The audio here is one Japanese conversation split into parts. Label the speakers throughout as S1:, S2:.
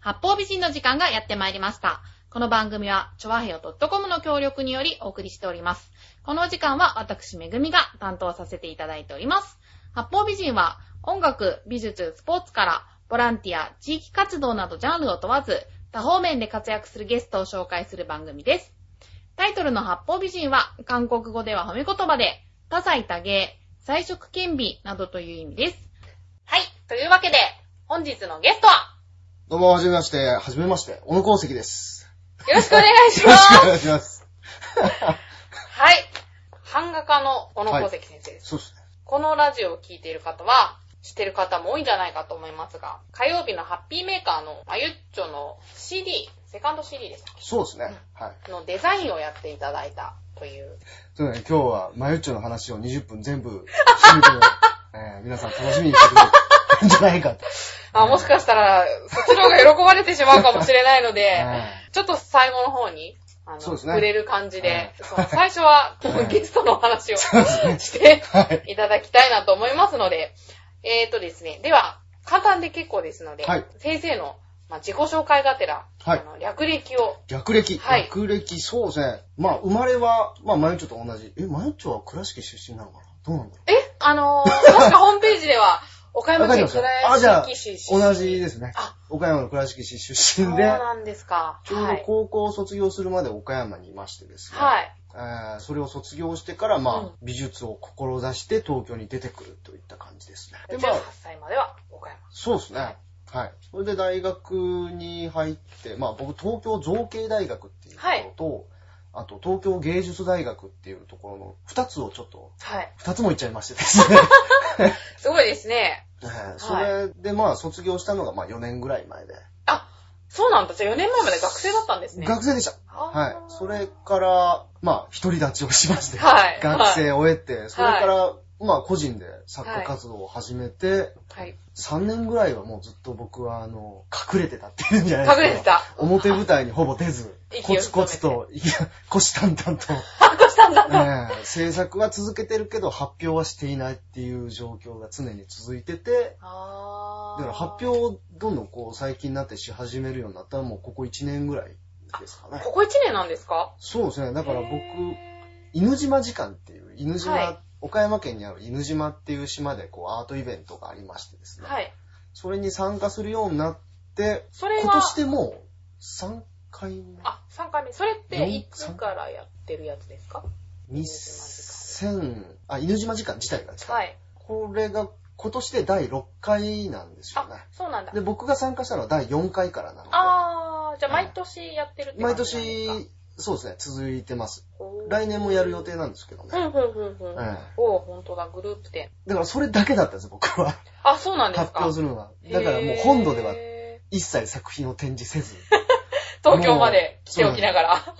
S1: 八方美人の時間がやってまいりました。この番組は、ちょわへよ .com の協力によりお送りしております。このお時間は私、めぐみが担当させていただいております。八方美人は、音楽、美術、スポーツから、ボランティア、地域活動などジャンルを問わず、多方面で活躍するゲストを紹介する番組です。タイトルの八方美人は、韓国語では褒め言葉で、多彩多芸、彩色兼備などという意味です。はい。というわけで、本日のゲストは、
S2: どうも、はじめまして。はじめまして。小野功石です。
S1: よろしくお願いし
S2: よ
S1: ま
S2: ろ しくお
S1: す。
S2: 願いします。
S1: はい。版画家の小野光石先生です。
S2: そうですね。
S1: このラジオを聴いている方は、知ってる方も多いんじゃないかと思いますが、火曜日のハッピーメーカーの、まゆっちょの CD、セカンド CD ですか
S2: そうですね。はい。
S1: のデザインをやっていただいたという。
S2: というわけで今日は、まゆっちょの話を20分全部、締め て、えー皆さん楽しみにしてくれるんじゃないかと。
S1: あ、もしかしたら、そっちの方が喜ばれてしまうかもしれないの で、
S2: え
S1: ちょっと最後の方に、あの、
S2: そうですね
S1: 触れる感じで、
S2: うん
S1: その最初は
S2: う、ん
S1: ゲストのお話を
S2: そうですね
S1: して
S2: ーはい。
S1: いただきたいなと思いますので、えーとですね、では、簡単で結構ですので、
S2: はい
S1: 先生の、まあ、自己紹介がてら、
S2: はい
S1: あの略歴を、
S2: 略歴。
S1: はい
S2: 略歴、そうですね。まあ、生まれは、まあ、まゆっちょと同じ。え、まゆっちょは倉敷出身なのかなどうなんだろ
S1: えあのー、確かホームページでは、岡
S2: う。
S1: 山
S2: わかり
S1: 県
S2: ました
S1: 倉。
S2: あ、じゃあ
S1: 敷市、出身
S2: 同じですね
S1: あ。
S2: 岡山の倉敷市出
S1: そう
S2: 身で、
S1: なんですか。
S2: ちょう
S1: は
S2: ど
S1: い。
S2: 高校を卒業するまで岡山にいましてですね。
S1: はい。
S2: えーそれを卒業してから、まあ、
S1: うん
S2: 美術を志して東京に出てくるといった感じですね。で、
S1: 18
S2: まあ、
S1: 歳までは岡山。
S2: そうですね。はい。それで大学に入って、まあ僕、東京造形大学っていうところと、あと東京芸術大学っていうところの二つをちょっと、
S1: はい。
S2: 二つも行っちゃいましてですね。
S1: すごいですね。
S2: えーそれでまあ卒業したのがまあ4年ぐらい前で。
S1: あ、そうなんだ。じゃあ4年前まで学生だったんですね。
S2: 学生でした。はい。それから、まあ、独り立ちをしまして、
S1: はい
S2: 学生を終えて、それから、まあ、個人で作家活動を始めて、
S1: はい。
S2: 3年ぐらいはもうずっと僕は、あの、隠れてたっていうんじゃないですか。
S1: 隠れて。た。、
S2: 表舞台にほぼ出ず コツコツと、いや、腰淡々と、
S1: 隠したんだ。
S2: ええ制作は続けてるけど、発表はしていないっていう状況が常に続いてて、
S1: あ
S2: だ
S1: ー。
S2: から発表をどんどんこう、最近になってし始めるようになったら、もうここ1年ぐらいですかね。
S1: ここ1年なんですか
S2: そうですね。だ
S1: だ
S2: から僕、犬島時間っていう、犬島、
S1: はい
S2: 岡山県にある犬島っていう島でこうアートイベントがありましてですね。
S1: はい。
S2: それに参加するようになって、
S1: それは、
S2: 今年でもう3回目。
S1: あ、3回目。それって
S2: 四
S1: いつからやってるやつですか
S2: 2000、あ、犬島時間自体がですか、
S1: はい。
S2: これが今年で第6回なんですよ
S1: あ
S2: ね。、
S1: そうなんだ
S2: で、。僕が参加したのは第4回からなので、
S1: あー、じゃあ毎年やってるって
S2: 毎
S1: 感じなんですか
S2: 年、そうですね、続いてます。
S1: ほう
S2: 来年もやる予定なんですけどね。
S1: うん、うん、うん、うん。
S2: え
S1: おー、ほんとだ、グループ展。
S2: えだからそれだけだったんです、僕は。
S1: あ、そうなんです
S2: 発
S1: か
S2: 表するのが。だからもう本土では一切作品を展示 せず、
S1: 東京まで来ておきながら。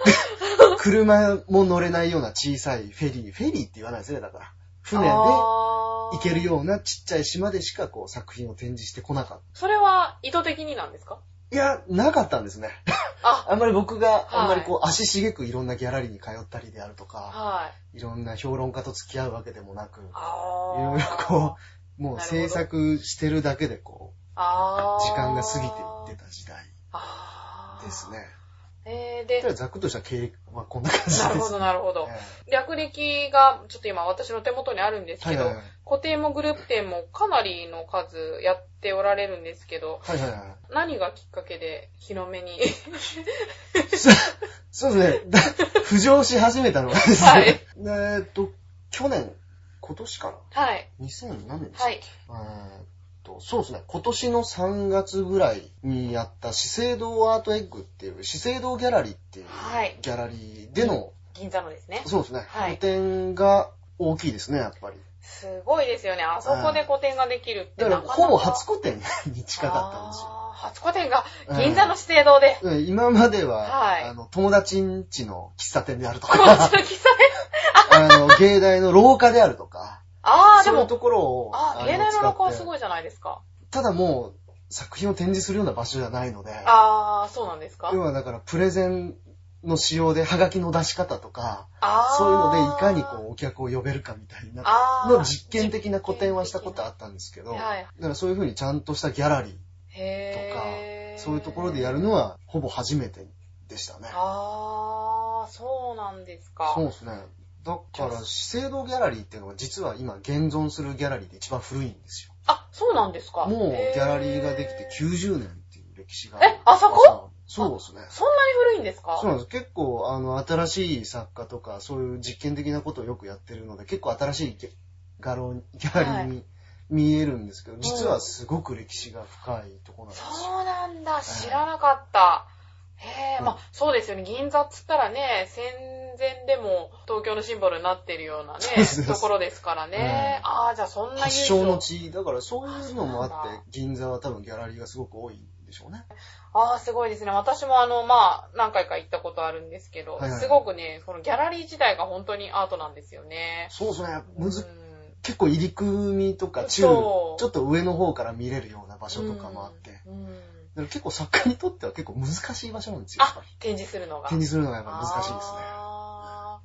S2: 車も乗れないような小さいフェリー、フェリーって言わないですね、だから。船で行
S1: あー
S2: けるようなちっちゃい島でしかこう作品を展示してこなかっ
S1: それは意図的になんですか
S2: た。いや、なかったんですね。
S1: あ、
S2: あんまり僕が、
S1: はい
S2: あんまりこう足しげくいろんなギャラリーに通ったりであるとか、
S1: はい。
S2: いろんな評論家と付き合うわけでもなく、い
S1: あー。
S2: ろいろこう、もう
S1: なるほど
S2: 制作してるだけでこう、
S1: あー
S2: 時間が過ぎていってた時代
S1: あー
S2: です。ね。
S1: えー、
S2: だから
S1: で、
S2: ざっくりとした経営はこんな感じです。
S1: なるほど、なるほど。
S2: え
S1: 略歴が、ちょっと今私の手元にあるんで
S2: え
S1: す
S2: は
S1: け
S2: い
S1: ど、
S2: はいはい。
S1: 固定もグループ展もかなりの数やっておられるんですけど、
S2: はいはいはい。
S1: 何がきっかけで日の目に
S2: そうですね。だ浮上し始めたのがですね。
S1: はい
S2: でえっと、去年、今年 か
S1: はい。
S2: な ?2000 何年ですか、
S1: はい。
S2: えーっと、そうですね。今年の3月ぐらいにやった資生堂アートエッグっていう、資生堂ギャラリーっていう
S1: はい
S2: ギャラリーでの、
S1: 銀座のですね。
S2: そうですね。
S1: はい
S2: 個展が大きいですね、やっぱり。
S1: すごいですよね。あそこで個展ができるって
S2: だ
S1: なから
S2: か、
S1: なか。
S2: ほぼ初個展に近かったんですよ。
S1: あー初個展が銀座の資生堂 で。
S2: うん今までは、
S1: はい
S2: あの、友達んちの喫茶店であると
S1: こっち
S2: か、
S1: の喫茶店。
S2: あの、芸大の廊下であるとか、
S1: あー、で
S2: そういう
S1: も、
S2: ところを。
S1: あー、芸大の廊下はす
S2: い。
S1: ごいじゃないですか。
S2: ただもう、作品を展示するような場所じゃないので、
S1: あー、そうなんですか
S2: 要はだからプレゼンの仕様でハガキの出し方とか、
S1: あー。
S2: そういうのでいかにこうお客を呼べるかみたいな
S1: あー
S2: の実験的な個展はしたことあったんですけど、
S1: はい。
S2: だからそういうふうにちゃんとしたギャラリ
S1: へー。
S2: とかそういうところでやるのは、ほぼ初めてでしたね。
S1: あー、そうなんですか。
S2: そうですね。だから、資生堂ギャラリーっていうのは実は今現存するギャラリーで一番古いんですよ。
S1: あ、そうなんですか。
S2: もうギ
S1: へ
S2: ャラリーができて90年っていう歴史が。
S1: えあそこ
S2: そうですね。
S1: そんなに古いんですか
S2: そうなんです。結構、あの、新しい作家とか、そういう実験的なことをよくやってるので、結構新しいギャ画廊に、ギャラリーに見えるんですけど、実はすごく歴史が深いところなんですよ。
S1: そうなんだ、知らなかった。へ
S2: う
S1: え、
S2: ん
S1: まあ、そうですよね。銀座っつったらね、戦前でも東京のシンボルになってるようなね
S2: そうそう、そう
S1: ところですからね。
S2: うん
S1: ああ、じゃあそんな
S2: 発
S1: 由
S2: 祥
S1: 緒
S2: の地、だからそういうのも
S1: あ
S2: あ
S1: そうな
S2: っ
S1: んだ
S2: て、銀座は多分ギャラリーがすごく多いんでしょうね。
S1: ああ、すごいですね。私もあの、まあ、何回か行ったことあるんですけど、
S2: はいはい
S1: すごくね、このギャラリー自体が本当にアートなんですよね。
S2: そうですね。むず
S1: うん
S2: 結構入り組みとか中、ち
S1: そ
S2: ょ
S1: う
S2: っと上の方から見れるような場所とかもあって、だか
S1: うん
S2: ら結構作家にとっては結構難しい場所なんですよ、やっぱ
S1: あ
S2: り。、
S1: 展示するのが。
S2: 展示するのがやっぱ難しいですね。
S1: あ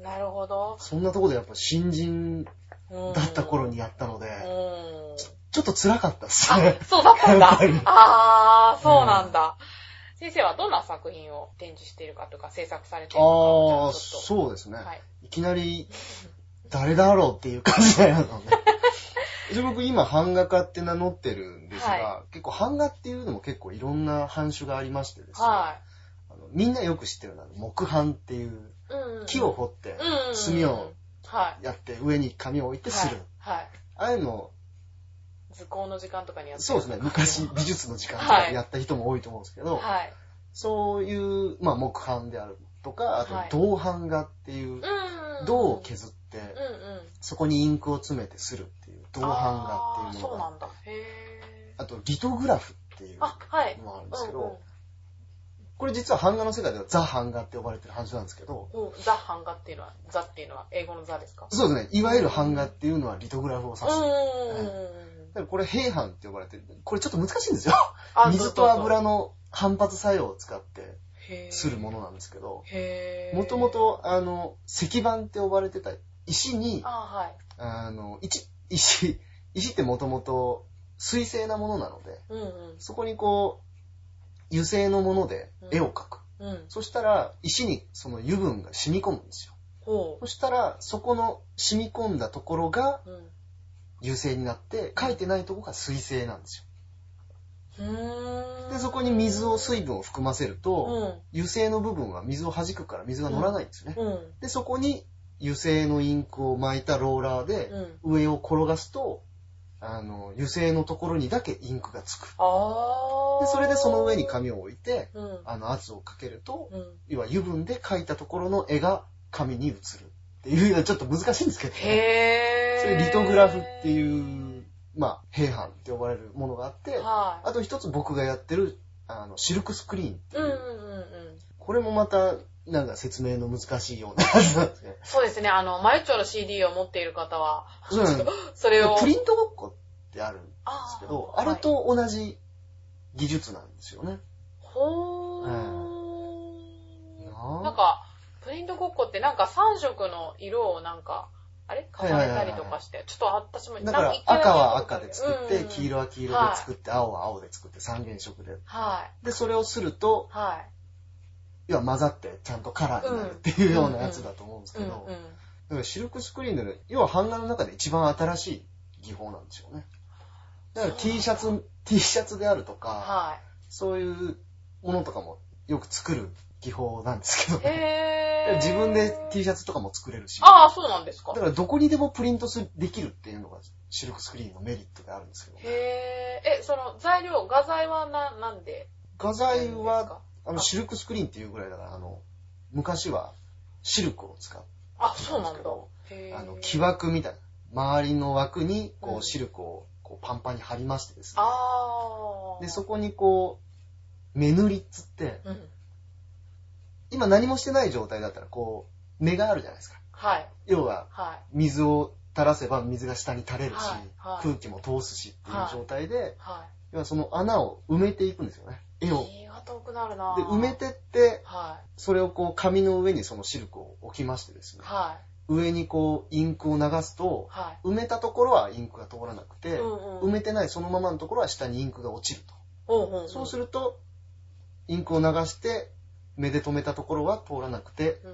S1: ーなるほど。
S2: そんなところでやっぱ新人
S1: うん
S2: だった頃にやったので、
S1: うん
S2: ちょっと辛かったっす
S1: あ
S2: ね。、
S1: そうだったん
S2: や
S1: だ
S2: っぱり。
S1: あー、そうなんだ。先生はどんな作品を展示しているかとか制作されているのか
S2: ああ、
S1: をちょっと
S2: そうですね。
S1: はい。
S2: いきなり、誰だろうっていう感じだよね。 一応僕今版画家って名乗ってるんですが、
S1: は
S2: 結構版画っていうのも結構いろんな版種がありましてですね、
S1: は
S2: あのみんなよく知ってるのは木版ってい
S1: い。
S2: う
S1: うん
S2: 木を、掘って
S1: うんうんうん
S2: 墨を、
S1: はい。
S2: やって上に紙を置いてする。
S1: はい。はい。
S2: ああいうの、
S1: 図工の時間とかにやって
S2: そうですね、昔美術の時間とかでやった人も多いと思うんですけど、
S1: はい。
S2: そういう、まあ、木版であるとか、
S1: は
S2: あ
S1: い
S2: と銅版画っていう、
S1: うん。
S2: 銅を削って、
S1: るうんうん。
S2: そこにインクを詰めてするっていう、銅版画っていうも
S1: あーそう
S2: のが、
S1: な
S2: あ
S1: んだ。へー。
S2: と、リトグラフっていうの
S1: あ、はい。
S2: もあるんですけど、
S1: うんうん
S2: これ実は版画の世界ではザ版画って呼ばれてるはずなんですけど、
S1: おザ・版画っていうのは、ザっていうのは英語のザですか
S2: そうですね、いわゆる版画っていうのはリトグラフを指す。
S1: うんうん
S2: だ
S1: うんうん。
S2: からこれ、平版って呼ばれてる。これちょっと難しいんですよ。
S1: あ
S2: 水と。油の反発作用を使ってするも
S1: の。
S2: のなんですけど、
S1: へー。
S2: もとも、と、あの、石板って呼ばれてた石に、
S1: あーはい。
S2: あの、石、石、石ってもともと水性なものなので、
S1: うんうん。
S2: そこにこう、油性のもので
S1: うん
S2: 絵を描く。
S1: うん。
S2: そしたら、石にその油分が染み込むんですよ。
S1: ほ
S2: そしたら、そこの染み込んだところが
S1: う。うん。
S2: 油性になって、描いてないところが水性なんです
S1: うーん。
S2: よ。で、そこに水を、水分を含ませる
S1: う
S2: と、
S1: ん。
S2: 油性の部分は水を弾くから水が乗らないんですよね。
S1: うん。
S2: で、そこに油性のインクを巻いたローラーで、
S1: うん。
S2: 上を転がすと、あの、油性のところにだけインクがつく。
S1: あー。
S2: で、それでその上に。紙を置いて、
S1: うん。
S2: あの、圧をかけると、
S1: うん。
S2: 要は油分で描いたところの絵が紙に映るっていうのはちょっと難しいんですけど、ね、
S1: へー。
S2: それリトグラフって
S1: う。
S2: いう、まあ、平版って呼ばれるものがあって、
S1: はい。
S2: あと一つ僕がやってる、あの、シルクスクリーンってい
S1: うんう
S2: う、
S1: んうんうん。
S2: これもまた、なんか説明の難しいような感じなんです ね。
S1: そうですね。あの、マユチョの CD を持っている方は、
S2: そうなんです
S1: それを。
S2: プリントごっこってある
S1: あ
S2: です
S1: ー
S2: けど、あれ。と同じ技術なんですよね。
S1: ほー。
S2: なあ
S1: なんか、プリントごっこってなんか3色の色をなんか、あれ重ねたりとかして、ちょっと私も、
S2: だから
S1: なん一回だけ
S2: 赤は赤で作って、黄
S1: 色。
S2: 色は黄色で作って、青は青で作って、三原色で。
S1: はい。
S2: で、それをすると、
S1: は
S2: 要は混ざってちゃんとカラーになるっていうようなやつだと思うんです
S1: い。うんう
S2: けど、だ
S1: ん。
S2: からシルクスクリーンで、要は版画の中で一番新しい技法なんですよね。だから T シャツ、T シャツであるとか、
S1: は
S2: そういうものとかもよく作る技法なんですけど
S1: い。
S2: ね。
S1: へぇー。
S2: 自分で T シャツとかも作れるし。
S1: ああ、そうなんですか
S2: だ。からどこにでもプリントすできるっていうのがシルクスクリーンのメリットであるんですけど、
S1: へぇ
S2: ね、
S1: ー。え、その材料、画材はな、なんで
S2: 画材は、あの
S1: あ
S2: シルクスクリーンっていうぐらいだから、あの、昔はシルクを使う。
S1: あ、そうなんだ。へ
S2: あの、
S1: 木
S2: 木枠みたいな。周りの枠に、こ
S1: うん
S2: う、シルクをこうパンパンに貼りましてですね。
S1: あー。
S2: で、そこにこう、目塗りっつって、
S1: うん。
S2: 今何もしてない状態だったら、こう、目があるじゃないですか。
S1: はい、
S2: 要は、
S1: はい。
S2: 水を垂らせば水が下に垂れるし、
S1: はいはい
S2: 空気も通すしっていう状態で、
S1: は
S2: 要はその穴を埋めていくんですよね。絵
S1: い。
S2: を。
S1: 気が遠くなるなぁ
S2: で、埋めてって、
S1: は
S2: それをこう紙の上にそのシルクを置きましてです
S1: い。
S2: ね、
S1: は
S2: 上にこうインクを流す
S1: い。
S2: と、
S1: は
S2: 埋めたところはインクが通らなく
S1: い。
S2: て
S1: う、んうん。
S2: 埋めてないそのままのところは下にインクが落ちると。
S1: うほうほうほう。
S2: そうすると、インクを流して、目で止めたところは通らなくて、
S1: うん。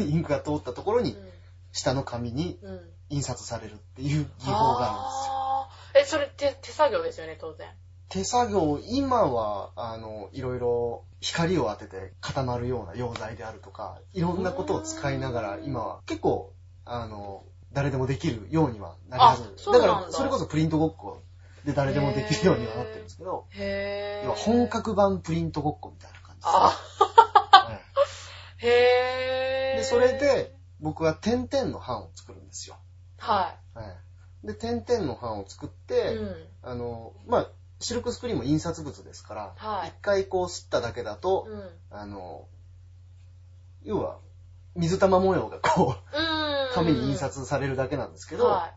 S1: うん。
S2: インクが通ったところに、下の紙に
S1: うん。うん。
S2: 印刷されるっていう技法があるんですよ。
S1: あーえ、それ手、手作業ですよね、当然。
S2: 手作業、今は、あの、いろいろ光を当てて固まるような溶剤であるとか、いろんなことを使いながら、今は結構、あの、誰でもできるようにはなり始め
S1: あ
S2: て
S1: そ
S2: る。
S1: うな
S2: だ
S1: んだ
S2: から、それこそプリントごっこで誰でもできるようにはなってるんですけど、
S1: へ
S2: 要
S1: ー。
S2: は本。格版プリントごっこみたいな感じですね
S1: あ、
S2: はい
S1: へー。
S2: で、それ、で、僕は点々の版を作るんですよ。
S1: は
S2: はい。で、点々の版を作っ
S1: い。
S2: て、
S1: うん。
S2: あの、まあ、シルクスクリーンも印刷物ですから、
S1: はい
S2: 一回こう吸っただけだと、
S1: うん。うん。
S2: あの、要は、水玉模様がこう、紙に印刷されるだけなんですけど、
S1: は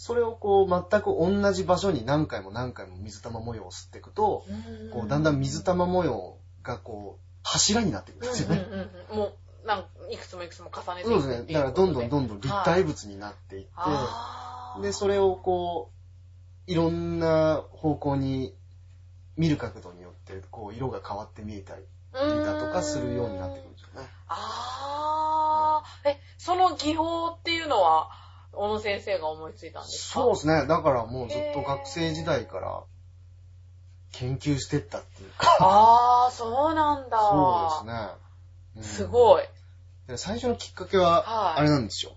S2: それをこう、全く同じ場所に何回も何回も水玉模様を吸っていくと、
S1: い。
S2: こう、だんだん水玉模様がこう、柱になっていくんですよね。
S1: うんうんうんうん。もう、なんかいくつもいくつも重ねて
S2: そう
S1: いく
S2: です
S1: っ
S2: ね。
S1: てい
S2: だから、どんどん
S1: ん。
S2: どんどん立体物になっていって、
S1: あー
S2: で、それをこう、いろんな方向に、見る角度によって、こう、色が変わって見えたりだとかするようになってくるんですよね。
S1: あー、え、その技法っていうのは、小野先生が思いついたんですか
S2: そうですね。だからもうずっと学生時代から研究してったって いうか。
S1: あー、そうなんだ。
S2: そうですね。うん
S1: すごい。
S2: で最初のきっかけは、
S1: はい
S2: あれなんですよ。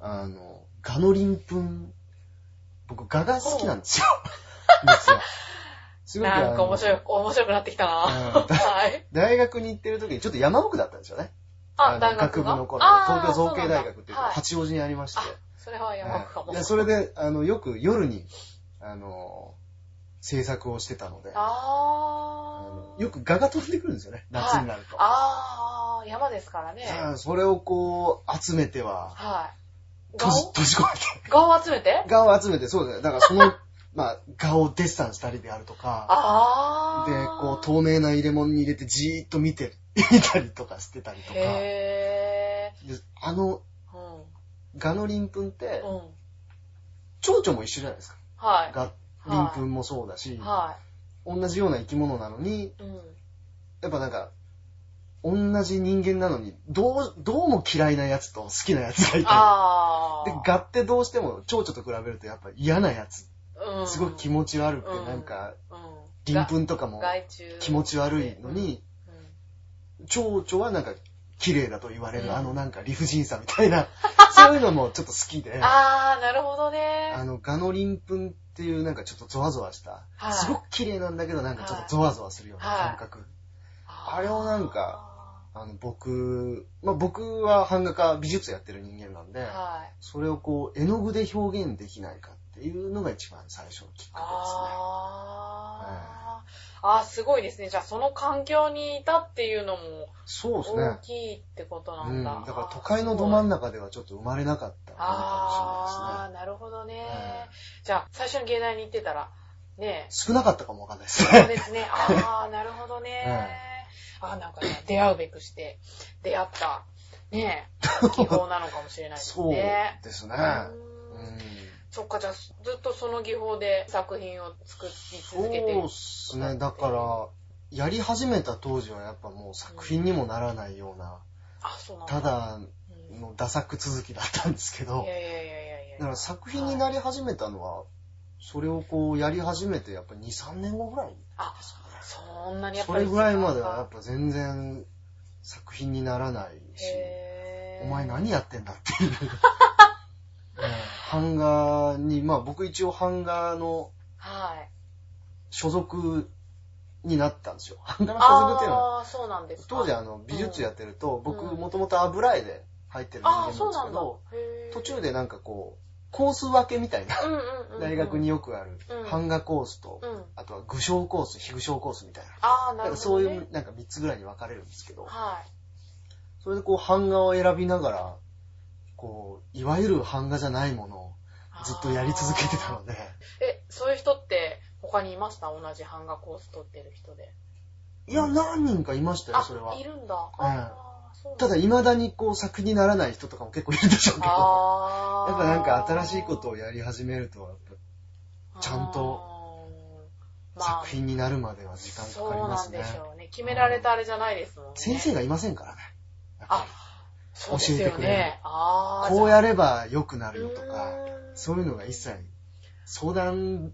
S2: あの、ガのリンプン。僕、ガが好きなんですよ。実 は。すあの
S1: なんか面白い、面白くなってきたな。
S2: うん
S1: はい。
S2: 大学に行ってる時にちょっと山奥だったんですよね。
S1: あ、
S2: の
S1: 大学が
S2: 部の頃、
S1: あー
S2: 東京造形大学って
S1: そうなん
S2: いう
S1: だはい。
S2: 八王子にありまして。
S1: それは山奥かも。
S2: でそれで、あの、よく夜に、あの、制作をしてたので。あ
S1: あ
S2: の
S1: ー。
S2: よくガが飛んでくるんですよね、夏になると。
S1: あー、山ですからね。
S2: さあそれをこう、集めては、
S1: はい。
S2: 閉じ、
S1: 顔
S2: 閉じ込め
S1: 顔を集めて
S2: て。ガを集めて、そうだね。だからその、 まあ、ガをデッサンしたりであるとか、
S1: あ
S2: で、
S1: ー。
S2: こう、透明な入れ物に入れてじーっと見て、見たりとかしてたりとか、で
S1: へ
S2: あの、
S1: ー。うん。
S2: ガの鱗粉って、
S1: うん。
S2: 蝶々も一緒じゃないですか。
S1: はい。
S2: ガ、鱗粉もそうだし、
S1: は
S2: 同じような生き物なのに、
S1: い。うん。
S2: やっぱなんか、同じ人間なのに、どう、どうも嫌いなやつと好きなやつがいて、
S1: あ
S2: で
S1: ー。、
S2: ガってどうしても蝶々と比べるとやっぱ嫌なやつ、
S1: うん、
S2: すごく気持ち悪くて、
S1: うん
S2: なんか、
S1: うん、
S2: 鱗粉とかも
S1: 害虫
S2: 気持ち悪いの、に、
S1: うん
S2: 蝶々はなんか綺麗だと言われ
S1: うん
S2: る、あのなんか理不尽さみた いな、そういうのもちょっと好きで、あ
S1: あー、なるほどね。
S2: の、ガの鱗粉っていうなんかちょっとゾワゾワした、
S1: はい
S2: すごく綺麗なんだけどなんかちょっとゾワゾワするような感覚。あれをなんか、あの、僕、まあ、僕は版画家、美術やってる人間なんで、
S1: はい。
S2: それをこう、絵の具で表現できないかっていうのが一番最初のきっかけですね。
S1: あー、あーすごいですね。じゃあ、その環境にいたっていうのも
S2: そうです
S1: 大
S2: ね。
S1: きいってことな
S2: うんん、だ
S1: だ。
S2: から都会のど真ん
S1: 中
S2: 中ではちょっと生まれなかったもの
S1: あー、
S2: か
S1: なるほどね
S2: もしれないですね。
S1: じゃあ、最初に芸大に行ってたら、ねえ、
S2: 少なかったかもわかんないです
S1: そう
S2: ね。
S1: です ね。ああ、なるほどね。ああ、なんかね、出会うべくして、出会った、 ねえ、技法なのかもしれないです
S2: そう
S1: ね。
S2: ですね。
S1: う
S2: うんん、
S1: そっか、じゃあ、ずっとその技法で作品を作り
S2: そう
S1: 続けて
S2: で。すね。だから、やり始めた当時はやっぱもう作品にもならないような、
S1: あ、そうなんだ。
S2: ただ
S1: うん、
S2: のダサく続きだったんですけど
S1: い、やいやいやいやいや。
S2: だから作品になり始めたのは、それをこうやり始めてやっぱ2、3年後ぐらい
S1: あ、そんなにやっ
S2: そ
S1: ぱり。
S2: れぐらいまではやっぱ全然作品にならないし、
S1: へー
S2: お前何やってんだっていう。うん版画に、まあ僕一応版画の
S1: はい。
S2: 所属になったん ですよ。版画の所属っていうのは、
S1: ああー、そうなんですか。
S2: 当時あの美術やってると、僕
S1: うん
S2: もともと油絵で入ってる人間
S1: ああ、
S2: なんです
S1: そうな
S2: け
S1: んだ
S2: ど、。
S1: へー
S2: 途中でなんかこう、コース分けみたいな、
S1: うんうんうんうん、
S2: 大学によくある
S1: うん
S2: 版画コースと
S1: う、ん。
S2: あとは具象コース、非具象コースみたいな。
S1: ああ、な
S2: なん
S1: るほど、ね。
S2: かそういう、なんか3つぐらいに分かれるんですけど、
S1: はい。
S2: それでこう版画を選びながら、こう、いわゆる版画じゃないものをずっとやり続けてたので、
S1: え、そういう人って他にいました同じ版画コース取ってる人で。
S2: いや、何人かいましたよ、それは
S1: あ、い。るんだ。あーそうなん
S2: ただ、未だにこう作にならない人とかも結構いるでしょうけど、や
S1: あー
S2: っぱなんか新しいことをやり始めると、やっぱちゃんと
S1: あまあ
S2: 作、品になるまでは時間かかり
S1: そう
S2: ま
S1: な
S2: す
S1: ん
S2: ね
S1: で。しょうね。決められたあれじゃないですもんね。
S2: 先生がいませんからね。やっぱ
S1: そうですよ
S2: 教えてくれる
S1: ね。ああ。
S2: りこうや
S1: る
S2: れば良くなるよとか、そういうのが一切相談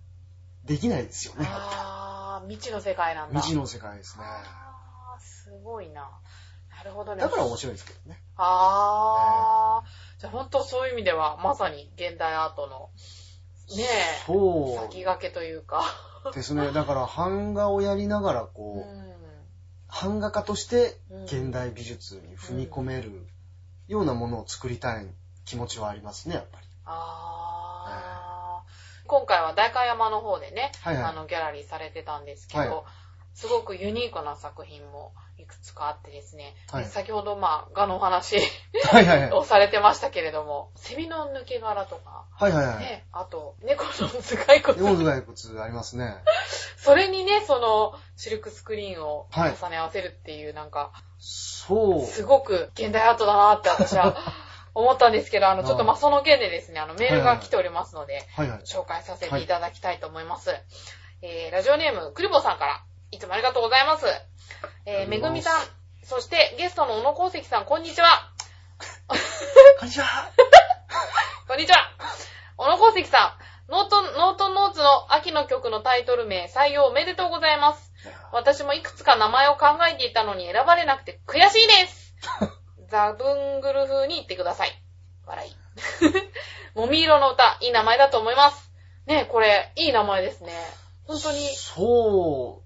S2: できないですよね。
S1: ああ、未知の世界なんだ。
S2: 未知の世界ですね。
S1: あーすごいな。なるほどね。
S2: だから面白いですけどね。
S1: ああ、じゃあ本当そういう意味では、まさに現代アートの、ねえ、
S2: そ
S1: 先駆けというか。
S2: うですね。だから版画をやりながら
S1: う
S2: こう、
S1: ん。
S2: 版画家として
S1: うん
S2: 現代美術に踏み込めるようなものを作りたい気持ちはありますね、やっぱり。
S1: ああ、今回は代官山の方でね、
S2: はいはい
S1: あのギャラリーされてたんですけど、
S2: はい
S1: すごくユニークな作品もいくつかあってですね、
S2: はい
S1: 先ほどまあ、画のお話
S2: はい はいはい。
S1: をされてましたけれども、セミの抜け殻とか、
S2: はいはいはい。
S1: ね、あと、猫の頭蓋
S2: 四頭
S1: 骨。
S2: 骸骨ありますね。
S1: それにね、その、シルクスクリーンを
S2: はい
S1: 重ね合わせるっていう、なんか、
S2: そう。
S1: すごく現代アートだなって私 は思ったんですけど、あの、ちょっとまあ、その件でですね、あの、メールが来ておりますので、
S2: はいはい。
S1: 紹介させていただきたいと思います。えー、ラジオネーム、くるぼさんから、いつもありがとうございます。えー、
S2: あ
S1: め
S2: り
S1: ぐ
S2: がとうございます
S1: みさん、そしてゲストの小野功石さん、こんにちは。
S2: こんにちは。
S1: こんにちは。小野功石さん、ノートン、ノートンノーツの秋の曲のタイトル名、採用おめでとうございます。私もいくつか名前を考えていたのに選ばれなくて悔しいですザブングル風に言ってください。笑い。 もみ色の歌、いい名前だと思います。ねえこれ、いい名前ですね。本当に、
S2: そ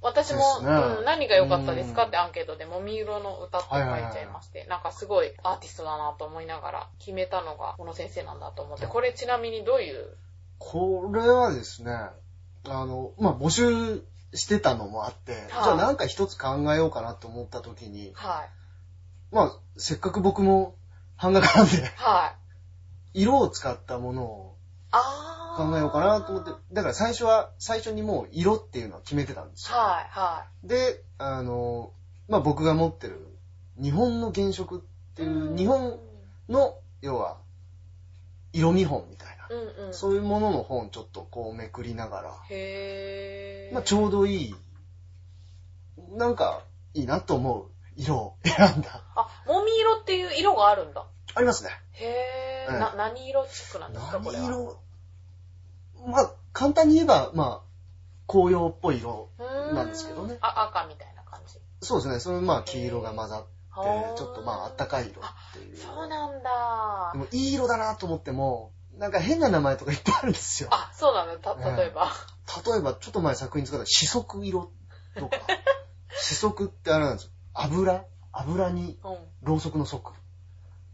S1: 私も、
S2: ですね
S1: うん、何が良かったですか
S2: うん
S1: ってアンケートで、もみ色の歌って書いちゃいまして、なんかすごいアーティストだなと思いながら決めたのが、この先生なんだと思って、これちなみにどういう、
S2: う。これはですね、あの、まあ、募集してたのもあって、じゃあなんか一つ考えようかなと思った時に、
S1: はい、
S2: まあ、せっかく僕も版画家なんで、
S1: はい。
S2: 色を使ったものを
S1: あー。
S2: 考えようかなと思って、だから最初は、最初にもう色っていうのは決めてたんですよ。
S1: はい、は
S2: で、あの、まあ、僕が持ってる日本の原色って
S1: い。
S2: いう、日本の、要は、色見本みたいな、
S1: うんうん。
S2: そういうものの本ちょっとこうめくりながら、
S1: へぇー。
S2: まあ、ちょうどいい、なんか、いいなと思う色を選んだ。
S1: あ、もみ色っていう色 があるんだ。
S2: ありますね。
S1: へぇー。
S2: ええ
S1: な、何色チックなんですか、
S2: 何
S1: これは。
S2: 色まあ、簡単に言えば、まあ、紅葉っぽい色。
S1: うーん
S2: なんですけどね
S1: あ、赤みたいな感じ。
S2: そうですね。そのまあ、黄色が混ざって、
S1: あー
S2: ちょっとまあ、あったかい色っていう。
S1: そうなんだ
S2: で。も、いい色だなと思っても、なんか変な名前とかいっぱいあるんで すよ。
S1: あ、そうなんだ。た、例えば。
S2: 例えば、ちょっと前作品作った、四足色 とか。四足ってあれなんですよ。油油に
S1: うん。
S2: ろうそくの足。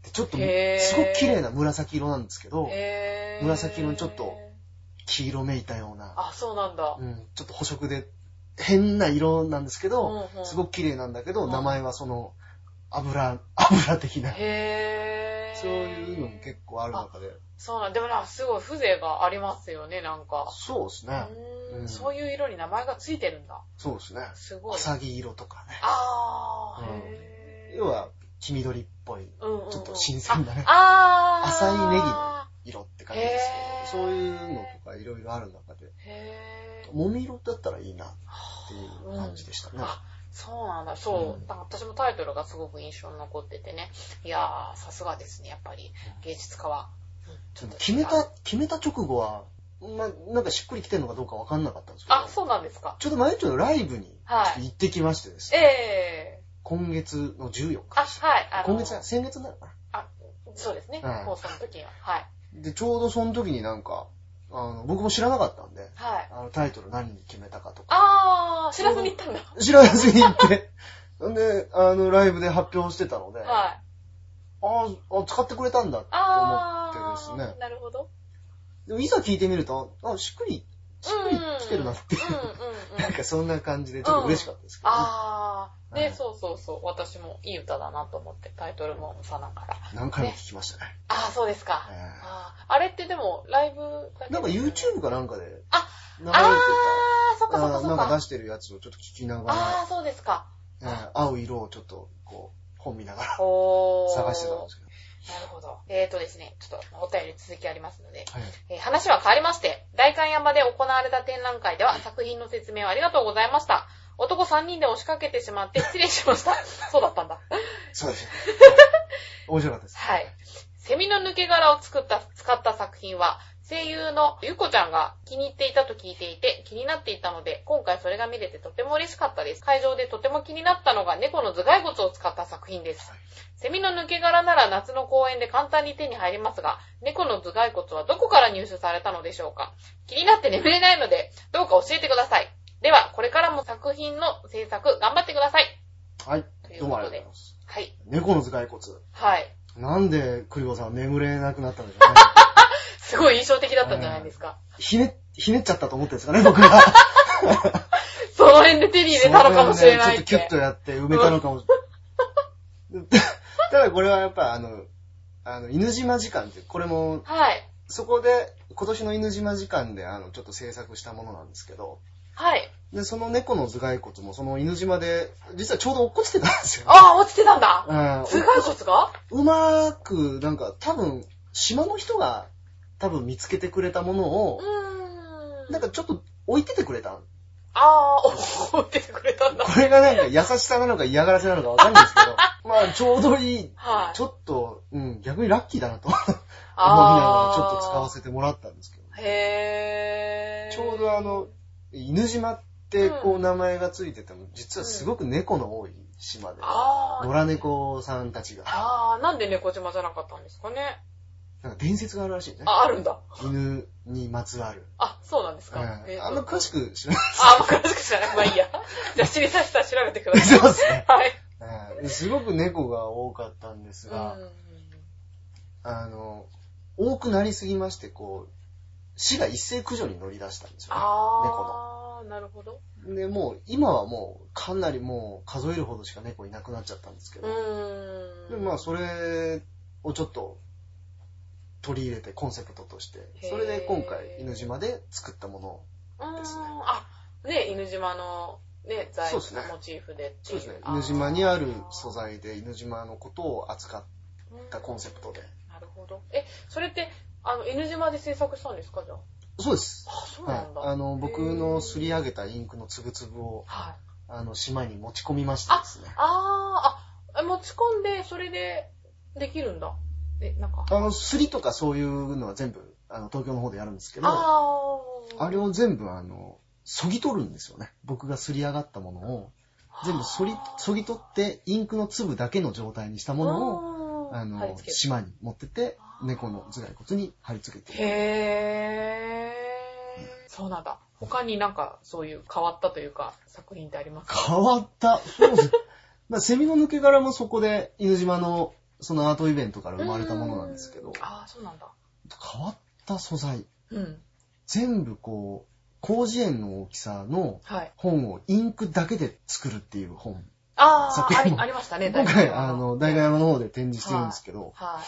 S2: でちょっと、
S1: へー
S2: すごく綺麗な紫色なんですけど、
S1: へぇー。
S2: 紫色にちょっと黄色めいたような。
S1: あ、そうなんだ。
S2: うん、ちょっと補色で、変な色なんですけど、
S1: うんうん
S2: すごく綺麗なんだけど、
S1: うん
S2: 名前はその、油、油的な、
S1: へぇー。
S2: そういうのも結構ある中で。
S1: そうなんでもな、すごい風情がありますよね、なんか。
S2: そうです
S1: う
S2: ね。
S1: ー。
S2: うんん
S1: そういう色に名前がついてるんだ。
S2: そうですね。
S1: すご
S2: ア
S1: い。
S2: サギ色とかね。
S1: あー。
S2: うん
S1: へー
S2: 要は、黄緑っぽい、
S1: うんうんうん
S2: ちょっと新鮮だね
S1: ああー
S2: 浅いネギの色って感じです
S1: へー
S2: けど、そういうのとかいろいろある中で、
S1: へー
S2: もみ色だったらいいなっていう感じでしたね。
S1: あそうなんだ、そう。
S2: うん
S1: なんか私もタイトルがすごく印象に残っててね。いやー、さすがですね、やっぱり芸術家は。うんちょっと違う
S2: 決めた、決めた直後は、ま、なんかしっくりきてるのかどうかわかんなかったんですけど、
S1: あ、そうなんですか。
S2: ちょっと前にちょっとライブに
S1: はい
S2: 行ってきましてですね、
S1: ええ
S2: 今月の14日
S1: あ、
S2: でした。
S1: はい。あの
S2: 今月じゃない先月になるか
S1: あ、そうですね。
S2: うん
S1: 放送の時には。はい。
S2: な。で、ちょうどその時になんか、あの、僕も知らなかったんで、
S1: はい。
S2: あの、タイトル何に決めたかとか、
S1: あー、知らずに行ったんだ。
S2: 知らずに行って、んで、あの、ライブで発表してたので、あ
S1: はい。
S2: ーあ、使ってくれたんだと
S1: あー。
S2: 思ってですね。
S1: なるほ ど。
S2: でもいざ聞いてみると、あ、しっくり、しっくりきてるなっていう、
S1: うんうんうん。
S2: なんかそんな感じでちょっと嬉しかったですけどね、
S1: あー。
S2: は
S1: ね、
S2: い
S1: そうそうそう。私もいい歌だなと思って、タイトルもさなから。
S2: 何回も聞きましたね。
S1: あー、そうですか。
S2: ええ
S1: あーあれってでも、ライブだけ
S2: なんか YouTube かなんかで流れてた。
S1: ああー、そっかそっ
S2: あ
S1: か
S2: ー
S1: そ
S2: な
S1: っ
S2: んか
S1: か
S2: 出。してるやつをちょっと聞きなが
S1: あ
S2: ら
S1: ー、そうですか。
S2: えー、合う色をちょっとこう、本見ながら
S1: おー。
S2: 探してたんですけど。
S1: なるほど。えーとですね、ちょっとお便り続きありますので、
S2: はい。
S1: えー話は変わりまして、大観山で行われた展覧会では作品の説明をありがとうございました。男3人で押しかけてしまって失礼しました。そうだったんだ。
S2: そ うですね。面白かったです。
S1: はい。セミの抜け殻を作った、使った作品は、声優のゆこちゃんが気に入っていたと聞いていて、気になっていたので、今回それが見れてとても嬉しかったです。会場でとても気になったのが猫の頭蓋骨を使った作品です。セミの抜け殻なら夏の公園で簡単に手に入りますが、猫の頭蓋骨はどこから入手されたのでしょうか気になって眠れないので、どうか教えてください。では、これからも作品の制作頑張ってください。
S2: はい
S1: と。いうことで
S2: どうもありがとうございます。
S1: はい。
S2: 猫の頭蓋骨。
S1: はい。
S2: なんで栗子さんは眠れなくなったんでしょうね。
S1: すごい印象的だったんじゃないですか。
S2: ひね、ひねっちゃったと思ってるんです かね、僕が。
S1: その辺で手に入れたのかもしれないっ
S2: そうだよねちょっ
S1: て
S2: とキュッ。とやって埋めたのかもし れない。ただこれはやっぱあの、あの、犬島時間って、これも、
S1: はい。
S2: そこで、今年の犬島時間で、あの、ちょっと制作したものなんですけど、
S1: はい。
S2: で、その猫の頭蓋骨も、その犬島で、実はちょうど落っこちてたんですよ。
S1: ああ、落ちてたんだ。頭
S2: あ
S1: 蓋骨が
S2: うまーく、なんか、多分、島の人が、多分見つけてくれたもの
S1: う
S2: を、
S1: ーん。
S2: なんかちょっと置いててくれた。
S1: ああ、落ちてくれたんだ。
S2: これがなんか優しさなのか嫌がらせなのかわかんないですけ ど、まあちょうどいい、
S1: はい。
S2: ちょっと、うん、逆にラッキーだな と思いなが
S1: あ
S2: ら
S1: あ。
S2: ちょっと使わせてもらったんですけど、
S1: へー。
S2: ちょうどあの、犬島ってこう名前がついてても、実はすごく猫の多い島で、
S1: あ
S2: 野
S1: あ。
S2: 良猫さんたちが、
S1: ああ、なんで猫島じゃなかったんですかね。
S2: なんか伝説があるらしいね。
S1: あ、あるんだ。
S2: 犬にまつわる。
S1: あ、そうなんです
S2: うん
S1: か。えー
S2: あんま詳しく知らない。
S1: あ、あんま詳しく知らない。まあいいや。じゃあ知りたい人は調べてくださ
S2: そ
S1: い。
S2: うですね。
S1: はい。
S2: うんすごく猫が多かったんです
S1: う
S2: が、
S1: ん。
S2: あの、多くなりすぎまして、こう、市が一斉駆除に乗り出したんですよ、
S1: ああ、なるほど。
S2: ね。で、もう、今はもう、かなりもう、数えるほどしか猫いなくなっちゃったんですけ
S1: う
S2: ど、
S1: ーん。
S2: でまあ、それをちょっと、取り入れて、コンセプトとして、
S1: へー
S2: それで今回、犬島で作ったものを、
S1: うーん
S2: ですね
S1: あ、ね、犬島の、ね、財
S2: そうですね
S1: 布モチーフでって
S2: そ
S1: いうう
S2: ですね、犬島にある素材で、犬島のことを扱っ
S1: あ
S2: た
S1: ー
S2: コンセプトで。
S1: なるほど。え、それって、あの、犬島で制作したんですか、じゃあ。
S2: そうです。
S1: あ、そう
S2: は
S1: ないんだ。。
S2: あの、僕のすり
S1: 合い。
S2: 上げたインクのつぶつぶを、
S1: はい。
S2: あの、島に持ち込みましてですね。
S1: あー、あ、持ち込んで、それで、できるんだ。え、なんか。
S2: あの、すりとかそういうのは全部、あの、東京の方でやるんですけど、あ
S1: あー。
S2: れを全部、あの、そぎ取るんですよね。僕がすり上がったものを、全部そり、そぎ取って、インクの粒だけの状態にしたものを、
S1: の
S2: あ
S1: 貼り
S2: の、
S1: 付ける。
S2: 島に持ってって
S1: あ、ー
S2: 猫の頭蓋骨に貼り付けて。
S1: へー。そうなんだ。他になんか、そういう変わったというか、作品ってありますか
S2: 変わった。そうです。 まあ、セミの抜け殻もそこで、犬島の、そのアートイベントから生まれたものなんですけど、
S1: あー、そうなんだ。
S2: 変わった素材。
S1: うん。
S2: 全部こう、広辞苑の大きさの
S1: はい。
S2: 本をインクだけで作るっていう本。
S1: あ
S2: 作
S1: あ、あ
S2: 品
S1: り
S2: も
S1: ありましたね、
S2: 今
S1: 大
S2: 回、
S1: 学
S2: あの、大河山の方で展示してるんですけど、
S1: はい。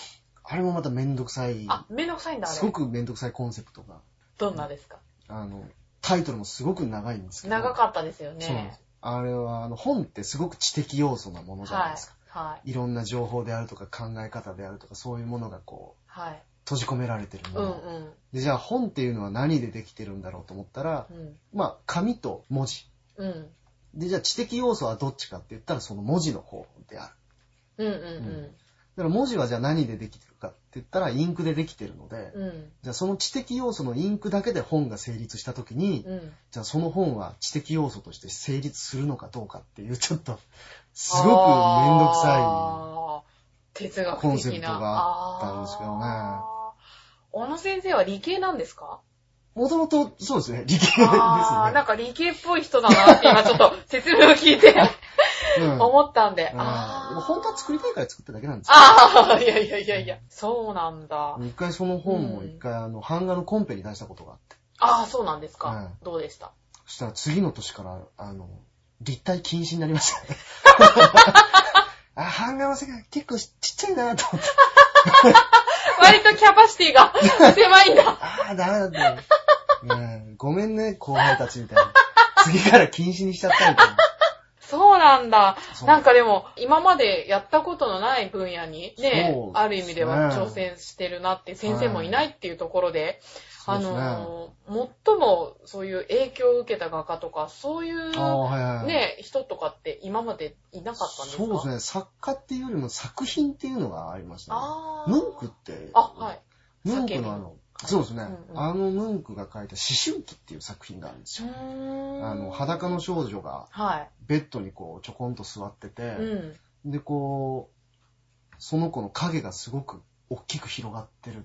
S2: あれもまためんどくさい、
S1: あ、めんどくさいんだ、あれ。
S2: すごくめんどくさいコンセプトが、
S1: どんなですか
S2: あの、タイトルもすごく長いんですけど。
S1: 長かったですよ
S2: そうなんで
S1: ね
S2: す。。あれは、あの、本ってすごく知的要素なものじゃない
S1: は
S2: で
S1: い
S2: すか。。
S1: はい。
S2: い、ろんな情報であるとか考え方であるとか、そういうものがこう、
S1: はい。
S2: 閉じ込められてるも
S1: う
S2: の、
S1: んうん。
S2: で。じゃあ本っていうのは何でできてるんだろうと思ったら、
S1: うん。
S2: まあ、紙と文字。
S1: うん。
S2: で、じゃあ知的要素はどっちかって言ったら、その文字の方であ
S1: う
S2: る。
S1: ん
S2: だから文字はじゃあ何でできてるかって言ったらインクでできてるので、
S1: うんうん。うん。
S2: じゃあその知的要素のインクだけで本が成立した時に、
S1: うん。
S2: じゃあその本は知的要素として成立するのかどうかっていうちょっと、すごくめんどくさ
S1: あー哲学的な。
S2: コンセプトがあったんですけどね
S1: あー小野先生は理系なんですか
S2: い。もともとそうですね、理系ですね。
S1: あーなんか理系っぽい人だなって今ちょっと説明を聞いて
S2: うん
S1: 思ったんで。
S2: うんでも本当は作りたいから作っただけなんですよ。
S1: ああ、いやいやいやいや、そうなんだ。
S2: 一回その本を一回あの、版画のコンペに出したことがあって、
S1: ああ、そうなんですか。
S2: うん
S1: どうでした
S2: そしたら次の年から、あの、立体禁止になりまし たね。あ、版画の世界結構ちっちゃいなと思って。
S1: 割とキャパシティ が狭いんだ。
S2: ああ、ダメだっ たよ。うん、ごめんね、後輩たちみたいな。次から禁止にしちゃったみたいな。
S1: そうなんだ。
S2: そう
S1: なんかでも、今までやったことのない分野にね、
S2: そうですね
S1: ある意味では挑戦してるなって、先生もいないっていうところで、
S2: そう
S1: あ
S2: ですね
S1: の、最もそういう影響を受けた画家とか、そういう
S2: ああ、はいはいはい。
S1: ね、人とかって今までいなかったんですか
S2: そうですね。作家っていうよりも作品っていうのがありましたね。
S1: ああ。
S2: ムンクって、
S1: あ、はい。
S2: ムンクのあの、そうですね、
S1: うんうん
S2: あのムンクが書いた思春期っていう作品があるんですよ。あ
S1: あ
S2: の、裸の少女が
S1: は
S2: ベッドにこうちょこんと座って
S1: い。
S2: て、
S1: うん。
S2: で、こう、その子の影がすごく大きく広がってるっていう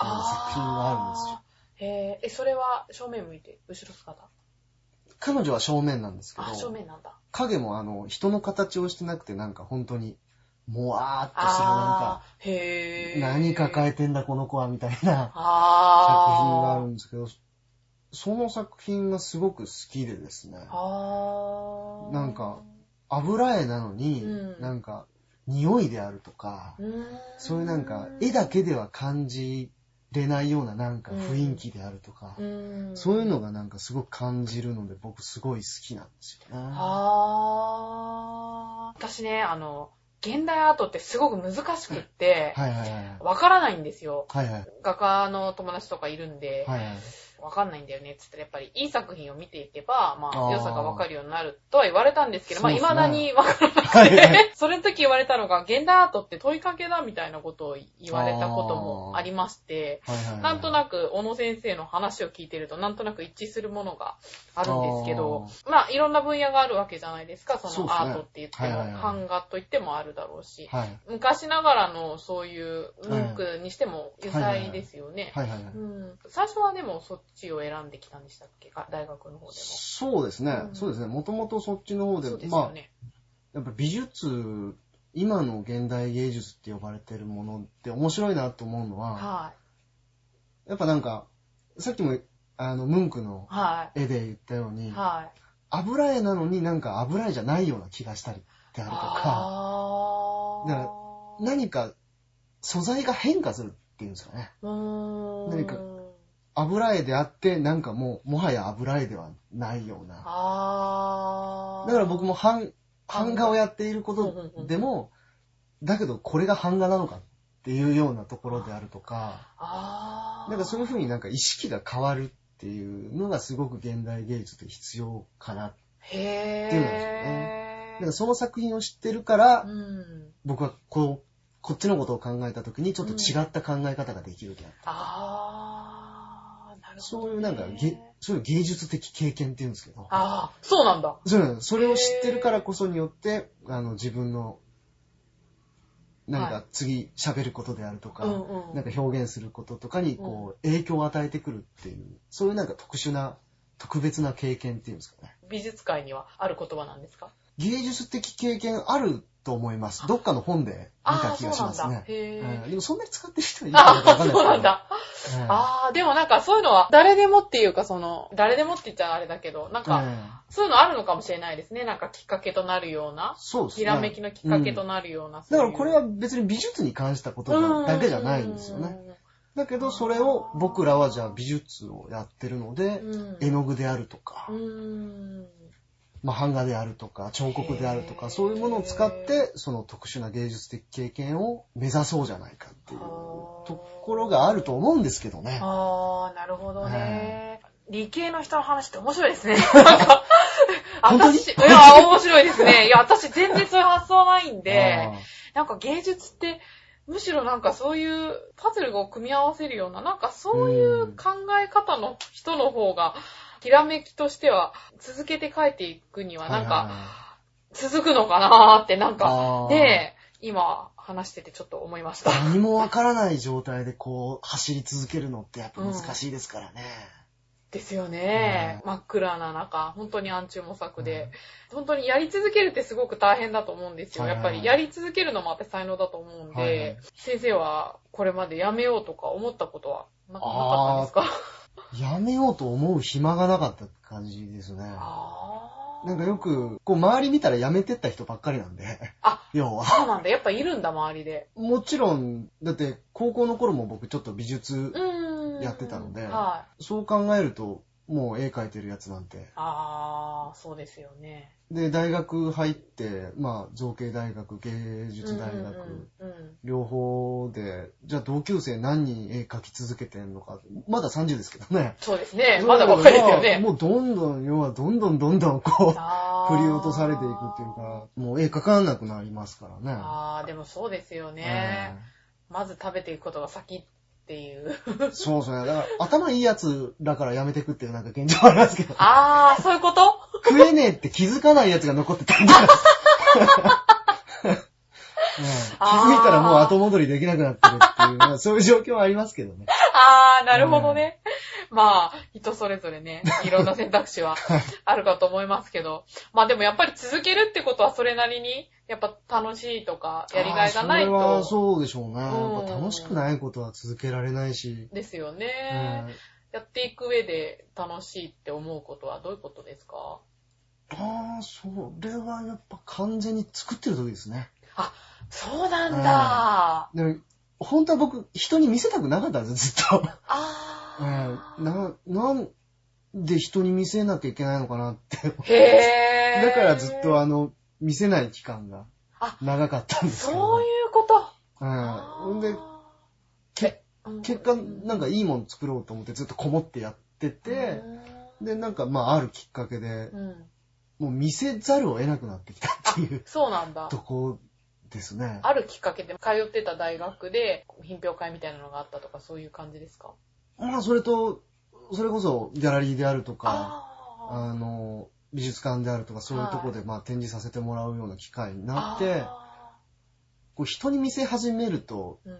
S2: 作品があるんですよ。
S1: あーへーえ、それは正面向いて、後ろ姿。
S2: 彼女は正面なんですけ
S1: あ、正
S2: ど、
S1: 面なんだ。
S2: 影もあの、人の形をしてなくてなんか本当に、もわーっとする
S1: あ
S2: な
S1: あー、へえ。
S2: んか、何抱えてんだこの子はみたいな作品があ
S1: あ
S2: る
S1: ー
S2: んですけど、その作品がすごく好きでですね、
S1: あー。
S2: なんか油絵なのに、
S1: うん
S2: なんか匂いであるとか、
S1: うーん、
S2: そういうなんか絵だけでは感じれないようななんか雰囲気であるとか、
S1: うん、
S2: そういうのがなんかすごく感じるので僕すごい好きなんですよね。
S1: あー。私ね、あの、現代アートってすごく難しくって、
S2: はいはいはい。
S1: わからないんですよ。
S2: はいはい。
S1: 画家の友達とかいるんで、
S2: はいはい。
S1: わかんないんだよねっつったら、やっぱりいい作品を見ていけば、ま
S2: あ
S1: あ、
S2: ー
S1: 良さがわかるようになるとは言われたんですけど、まあ、
S2: そうです
S1: 未
S2: ね
S1: だにわ からな
S2: は
S1: く
S2: いはい
S1: て、それの時言われたのが、現代アートって問いかけだみたいなことを言われたこともありまして、
S2: はいはいはい
S1: なんとなく、小野先生の話を聞いてると、なんとなく一致するものがあるんですけど、まあ、いろんな分野があるわけじゃないですか、そ
S2: そうで
S1: の
S2: すね
S1: アートって言っても、
S2: はいはいはい
S1: 版画と言ってもあるだろうし、
S2: はい。
S1: 昔ながらのそういう文句にしても油彩ですよね。
S2: はいはいはい。
S1: うん最初はでもそっちを選んできたんでしたっけか大学の方でも。
S2: そうですね
S1: う。ん
S2: そうですね。もともとそっちの方で、
S1: そうです
S2: ま
S1: よ
S2: あ、
S1: ね。
S2: やっぱ美術、今の現代芸術って呼ばれてるものって面白いなと思うのは、
S1: はい。
S2: やっぱなんか、さっきも、あの、ムンクの
S1: は
S2: 絵で言ったよう
S1: い。
S2: に、
S1: はい。
S2: 油絵なのになんか油絵じゃないような気がしたりであるとか、
S1: あー
S2: だから何か素材が変化するっていうんですかね。
S1: うーん。
S2: 何か油絵であって、なんかもう、もはや油絵ではないような。
S1: あー。
S2: だから僕も版、版画をやっているこ
S1: うんうんう
S2: と
S1: ん
S2: でも、だけどこれが版画なのかっていうようなところであるとか、
S1: あー。
S2: なんかそういうふうになんか意識が変わるっていうのがすごく現代芸術で必要かな。
S1: へー。
S2: っていうのですよだからその作品を知ってるから、
S1: うん。
S2: 僕はこう、こっちのことを考えた時にちょっと違った考え方ができるようになった。
S1: あー。なるほど、ね。
S2: そういうなんかげ、そういう芸術的経験っていうんですけど。
S1: あー、そうなんだ。
S2: そうなの。それを知ってるからこそによって、あの、自分の、なん
S1: はい
S2: か次喋ることであるとか、
S1: うんうん
S2: なんか表現することとかに、こう、影響を与えてくるっていう、そういうなんか特殊な、特別な経験っていうんですかね。
S1: 美術界にはある言葉なんですか
S2: 芸術的経験あると思います。どっかの本で見た
S1: あー、
S2: 気
S1: そう
S2: がし
S1: な
S2: ま
S1: ん
S2: す
S1: だ。
S2: ね。
S1: へー。
S2: うんでもそんなに使ってる人はいるか
S1: あ
S2: どうかわ
S1: あー、
S2: かんないです
S1: そう
S2: けど。
S1: なんだ。
S2: うん
S1: ああ、でもなんかそういうのは、誰でもっていうか、その、誰でもって言っちゃあれだけど、なん
S2: う
S1: か、
S2: ん
S1: そういうのあるのかもしれないですね。なんかきっかけとなるような、
S2: そうですね。
S1: ひらめきのきっかけとなるような。
S2: だからこれは別に美術に関したことだけじゃないんですよね。だけど、それを僕らはじゃあ美術をやってるので
S1: う、ん。
S2: 絵の具であるとか
S1: う、ん。
S2: まあ、版画であるとか、彫刻であると
S1: へー
S2: か、そういうものを使って、その特殊な芸術的経験を目指そうじゃないかっていう
S1: あー
S2: ところがあると思うんですけどね。
S1: ああ、なるほどね。理系の人の話って面白いです ね。なんか、
S2: 本当に
S1: 私、いや、面白いですね。いや、私全然そういう発想ないんで
S2: あ、ー
S1: なんか芸術って、むしろなんかそういうパズルを組み合わせるような、なんかそういう考え方の人の方が、ひらめきとしては続けて書いていくには、なん
S2: はいはい
S1: か
S2: は
S1: 続くのかなーって、なんか
S2: あー
S1: ね、今話しててちょっと思いました。
S2: い何もわからない状態でこう、走り続けるのってやっぱ難しいですからね。
S1: ですよね。真っ暗な中、本当に暗中模索で、本当にやり続けるってすごく大変だと思うんですよ。
S2: はい
S1: や
S2: は
S1: っ
S2: い
S1: ぱりやり続けるのも私才能だと思うんで、
S2: はいはい
S1: 先生はこれまでやめようとか思ったことはななかったんですか
S2: やめようと思う暇がなかった感じですね。
S1: あー
S2: なんかよく、こう周り見たらやめてった人ばっかりなんで、
S1: あ、
S2: 要は。
S1: そうなんだ。やっぱいるんだ、周りで。
S2: もちろん、だって高校の頃も僕ちょっと美術
S1: うーん。
S2: やってたので
S1: は
S2: そう考えると、もう絵描いてるやつなんて。
S1: あー、そうですよね。
S2: で、大学入って、まあ、造形大学、芸術大学、
S1: うんうんうん
S2: 両方で、じゃあ同級生何人絵描き続けてんのか、まだ30ですけどね。
S1: そうですね。まだ若いですよね。
S2: もうどんどん、要はどんどんどんどんこう、
S1: あー
S2: 振り落とされていくっていうか、もう絵描かなくなりますからね。
S1: あー、でもそうですよね。まず食べていくことが先っていう。
S2: ええそうそう、ね。だから頭いいやつだからやめてくっていうなんか現状ありますけど、
S1: あー、そういうこと
S2: 食えねえって気づかないやつが残ってた んじゃないですか。ねえ気づいたらもう後戻りできなくなってるっていう、まあそういう状況はありますけどね。
S1: あー、なるほどね。まあ、人それぞれね、いろんな選択肢はあるかと思いますけど。まあでもやっぱり続けるってことはそれなりに、やっぱ楽しいとか、 やりがいがない
S2: あー
S1: と。
S2: それはそうでしょうね。
S1: ん
S2: やっぱ楽しくないことは続けられないし、
S1: ですよ
S2: え
S1: ね。
S2: え
S1: やっていく上で楽しいって思うことはどういうことですか
S2: ああ、それはやっぱ完全に作ってる時ですね。
S1: そうなんだ。
S2: でも本当は僕、人に見せたくなかったんですよ、ずっと。え
S1: あ
S2: え
S1: ー。
S2: な、なんで人に見せなきゃいけないのかなって。
S1: へー。
S2: だからずっとあの、見せない期間が長かったんですけど
S1: そうい
S2: ね。
S1: うこと。
S2: うん。んで、け
S1: うん、
S2: 結果、なんかいいもん作ろうと思ってずっとこもってやってて、で、なんかまああるきっかけで、
S1: うん、うん
S2: もう見せざるを得なくなってきたっていう
S1: そうなんだ
S2: と。こですね。
S1: あるきっかけで通ってた大学で品評会みたいなのがあったとかそういう感じですか
S2: まあ、それと、それこそギャラリーであるとか、
S1: あ
S2: あの、美術館であるとか、そういうとこで、まあ、展示させてもらうような機会になって、
S1: あ
S2: こう人に見せ始めると、
S1: ー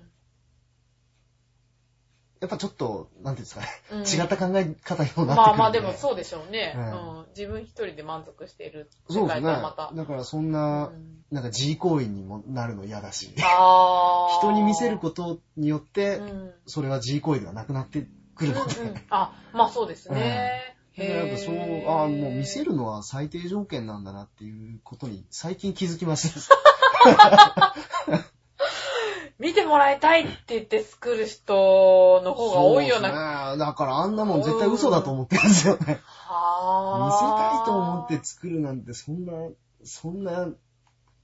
S2: やっぱちょっと、なんていうんですかね、
S1: うん
S2: 違った考え方にもなってくるんで、
S1: まあまあでもそうでしょうね、
S2: うん
S1: うん自分一人で満足している
S2: そう
S1: 世
S2: で
S1: 界
S2: すね。
S1: がまた、
S2: だからそん
S1: う
S2: な、
S1: ん
S2: なんか自為行為にもなるの嫌だし、
S1: あー
S2: 人に見せることによっ
S1: う
S2: て
S1: ん、うん
S2: それは自為行為ではなくなってくるので、
S1: うんあまあそうですね、
S2: だからやっぱそう、
S1: へー
S2: ああ、もう見せるのは最低条件なんだなっていうことに最近気づきました。
S1: 見てもらいたいって言って作る人の方が多いような。
S2: そうですねだからあんなもん絶対嘘だと思ってるんですよね。見せ
S1: は
S2: た
S1: ー
S2: いと思って作るなんて、そんな、そんな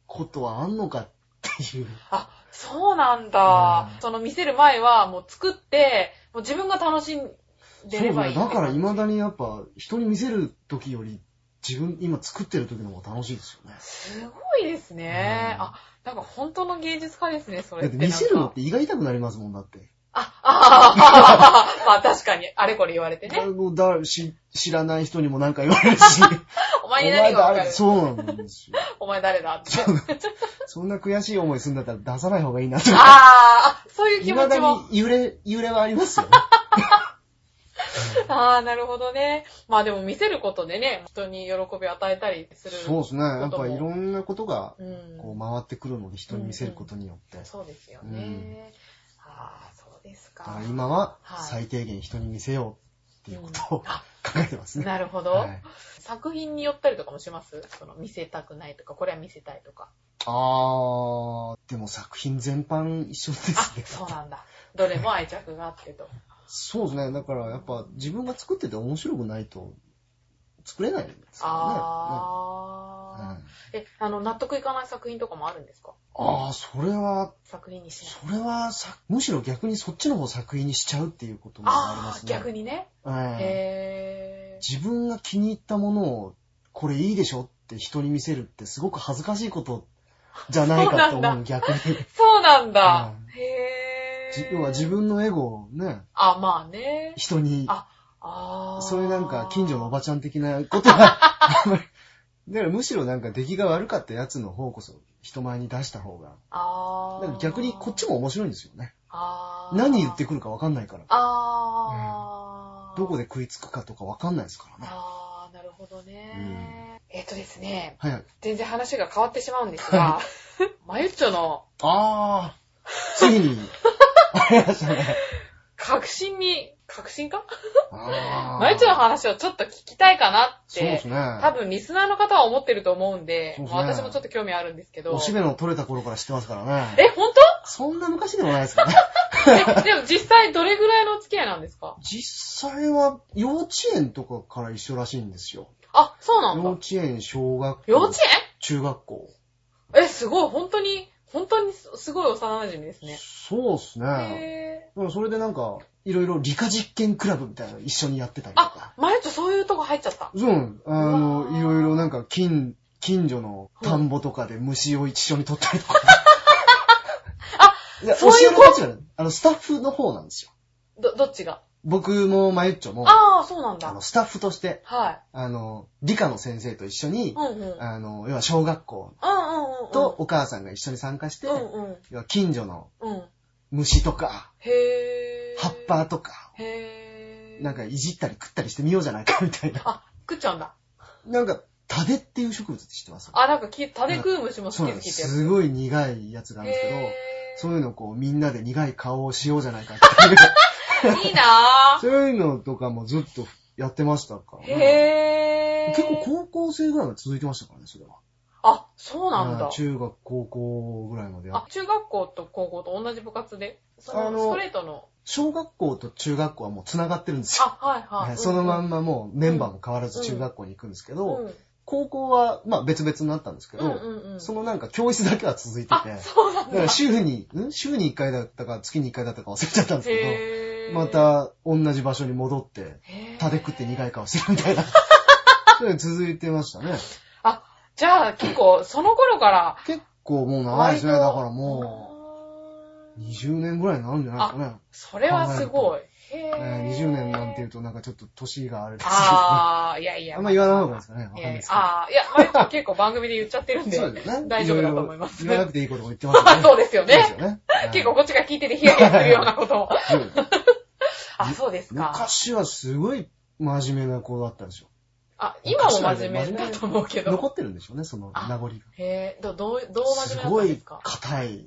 S2: ことはあんのかっていう。
S1: あ、そうなんだ。
S2: うん
S1: その見せる前はもう作って、もう自分が楽しんでればいいって
S2: そうねだから
S1: 感
S2: 未だにやっぱ人に見せる時より自分今作ってる時の方が楽しいですよね
S1: じ。すごいですね。
S2: うん
S1: あ、なんか本当の芸術家ですね、それ
S2: だ
S1: っ
S2: ってて
S1: なんか。
S2: 見せる のって胃が痛くなりますもんだって。
S1: あ、ああ、まあ確かに、あれこれ言われてね。
S2: あのだし知らない人にも何か言われるし。
S1: お前に何がわか
S2: お前
S1: る
S2: だそうなんですよ。
S1: お前誰だって。
S2: そんな悔しい思いするんだったら出さない方がいいなと。
S1: あーあ、そういう気
S2: 未
S1: 持
S2: だ
S1: ちも。
S2: に揺れ、揺れはあります よね。
S1: ああ、なるほどね。まあでも見せることでね、人に喜びを与えたりする。
S2: そうですね。や
S1: こ
S2: っ
S1: と
S2: ぱ
S1: も
S2: いろんなことが
S1: う
S2: こ
S1: ん
S2: う。回ってくるので、人に見せることによって。だ
S1: そうですよ
S2: う
S1: ね
S2: ん。
S1: ああ、そうですか。
S2: から今は
S1: はい
S2: 最低限人に見せようっていうことを
S1: うん
S2: 考
S1: あ
S2: えてますね。
S1: なるほど、
S2: はい、
S1: 作品によったりとかもしますその見せたくないとか、これは見せたいとか。
S2: あー、でも作品全般一緒で
S1: あ
S2: す、ね。
S1: そうなんだ。どれも愛着があってと。
S2: そうですね。だからやっぱ自分が作ってて面白くないと作れないんですよね。
S1: ああ、
S2: うん
S1: え、あの、納得いかない作品とかもあるんですか
S2: あー、それは、
S1: 作品にしない。
S2: それはさ、むしろ逆にそっちの方を作品にしちゃうっていうこともありま
S1: あ
S2: す
S1: あ、
S2: ね。
S1: 逆にね。
S2: うん
S1: へー。
S2: 自分が気に入ったものを、これいいでしょって人に見せるってすごく恥ずかしいことじゃないかと
S1: そうな
S2: 思
S1: ん
S2: う、逆に。
S1: そうなんだ。
S2: うん
S1: へ
S2: じ
S1: ー。
S2: 要は自。分のエゴをね、
S1: あ、まあね。
S2: 人に、
S1: あああ。
S2: そういうなんか近所のおばちゃん的なこと が、あんまりだからむしろなんか出来が悪かったやつの方こそ人前に出した方が、
S1: ああ。
S2: なんか逆にこっちも面白いんですよね。
S1: あー
S2: 何言ってくるかわかんないから、
S1: あー。
S2: どこで食いつくかとかわかんないですからね。
S1: あー、なるほどね。えっとですね、
S2: はいはい。
S1: 全然話が変わってしまうんですが、 マユッチョの
S2: あー、つ いに、ありましたね。
S1: 確信に、確信か
S2: あー
S1: マユッチョの話をちょっと聞きたいかなっ
S2: そうで
S1: て
S2: す、ね。
S1: 多分リスナーの方は思ってると思うんで、
S2: そうです
S1: もう
S2: ね
S1: 私もちょっと興味あるんですけど。
S2: おしべの取れた頃から知ってますからね。
S1: え、ほんと
S2: そんな昔でもないですかね。
S1: えでも実際どれぐらいのお付き合いなんですか
S2: 実際は幼稚園とかから一緒らしいんですよ。
S1: あ、そうなん
S2: 幼
S1: だ。
S2: 稚園、小学校。
S1: 幼稚
S2: 中学校。
S1: 園え、すごい、本当に、本当にすすごい幼馴染ですね。
S2: そうっすね。
S1: へ
S2: でもそれでなんか、いろいろ理科実験クラブみたいなの一緒にやってたり
S1: ー
S2: と
S1: あ
S2: か。、
S1: マユッチョそういうとこ入っちゃった。
S2: そうなんです。あ
S1: うわ
S2: の、
S1: ー
S2: いろいろなんか、近、近所の田んぼとかで虫を一緒に取ったりとか。 あ
S1: そういうこと
S2: とあの、スタッフの方なんですよ。
S1: ど、どっちが
S2: 僕もマユッチョも、あ
S1: ああ、そうなんだ
S2: の、。スタッフとして、
S1: は
S2: あの、理科の先生と一緒に
S1: い。う、んうん。うんうん
S2: あの、要は小学校
S1: うんうん。
S2: と、お母さんが一緒に参加して、
S1: うんうん。
S2: 要は近所の
S1: うん。
S2: 虫とか、
S1: へぇー。
S2: 葉っ。ぱとか、
S1: へぇー。
S2: なんかいじったり食ったりしてみようじゃないかみたいな。
S1: あ、食っちゃうんだ。なん
S2: なんか、タデっていう植物って知ってます
S1: あ、なんかき、タデクウムシも
S2: そ
S1: 好
S2: う
S1: き
S2: なん
S1: 好
S2: で
S1: きっ
S2: す。
S1: てやつ。
S2: すごい苦いやつがあるんですけど、
S1: へ
S2: そういうのをこうみんなで苦い顔をしようじゃない かっていう、
S1: ー。いいなぁ。
S2: そういうのとかもずっとやってましたから
S1: へ
S2: ね。
S1: ぇー。
S2: 結構高校生ぐらいまで続いてましたからね、それは。
S1: あ、そうなん
S2: は
S1: だ
S2: い。中学、高校ぐらいまでやっ
S1: あ、中学校と高校と同じ部活で、そ
S2: あ
S1: の
S2: の
S1: ストレートの、
S2: 小学校と中学校はもう繋がってるんですよ。
S1: あ、はいはい。
S2: はいそのま
S1: ま
S2: んまもうメンバーも変わらず中学校に行くんですけど、高校はまあ別々になったんですけ
S1: うん
S2: ど、
S1: うんうん。
S2: そのなんか教室だけは続いてて、
S1: あ、そうなん
S2: だから
S1: だ。
S2: 週に、ん週に1回だったか月に1回だったか忘れちゃったんですけ
S1: へ
S2: ど、
S1: ぇー。
S2: ま、た同じ場所に戻って、タで食って苦
S1: い。
S2: い顔してるみ たいな。そういうの続いてましたね。
S1: じゃあ結構、その頃から、
S2: 結構もう長いですね。
S1: 割
S2: だ
S1: と
S2: からもう、20年ぐらいになるんじゃないですかね。
S1: それはすごい。へ
S2: え
S1: ぇー。
S2: ー20年なんて言うとなんかちょっと年があれですけど、あ
S1: あー、いやいや。
S2: んま言わない方がいいですかね。わかんな
S1: え
S2: いです
S1: ー、ああ、いや、マリコ結構番組で言っちゃってるん
S2: け
S1: で
S2: ど。、そうですよね。
S1: 大丈夫だと思います。
S2: ろろ言わなくていいことも言ってま
S1: まあ
S2: す
S1: まあ、
S2: よ
S1: そう
S2: ね。
S1: ですよ
S2: そうです
S1: ね。
S2: よね。
S1: 結構こっちが聞いててヒヤヒヤするようなことも。
S2: はいうん
S1: あ、そうですか。
S2: 昔はすごい真面目な子だったんですよ。
S1: あ、今も真面目だと思うけ
S2: 残
S1: ど。
S2: ってるんでしょうね、その名残が。
S1: へぇ、ど、どう、どう真面
S2: す
S1: 目だっ
S2: ご
S1: たんで
S2: い
S1: すか
S2: 硬い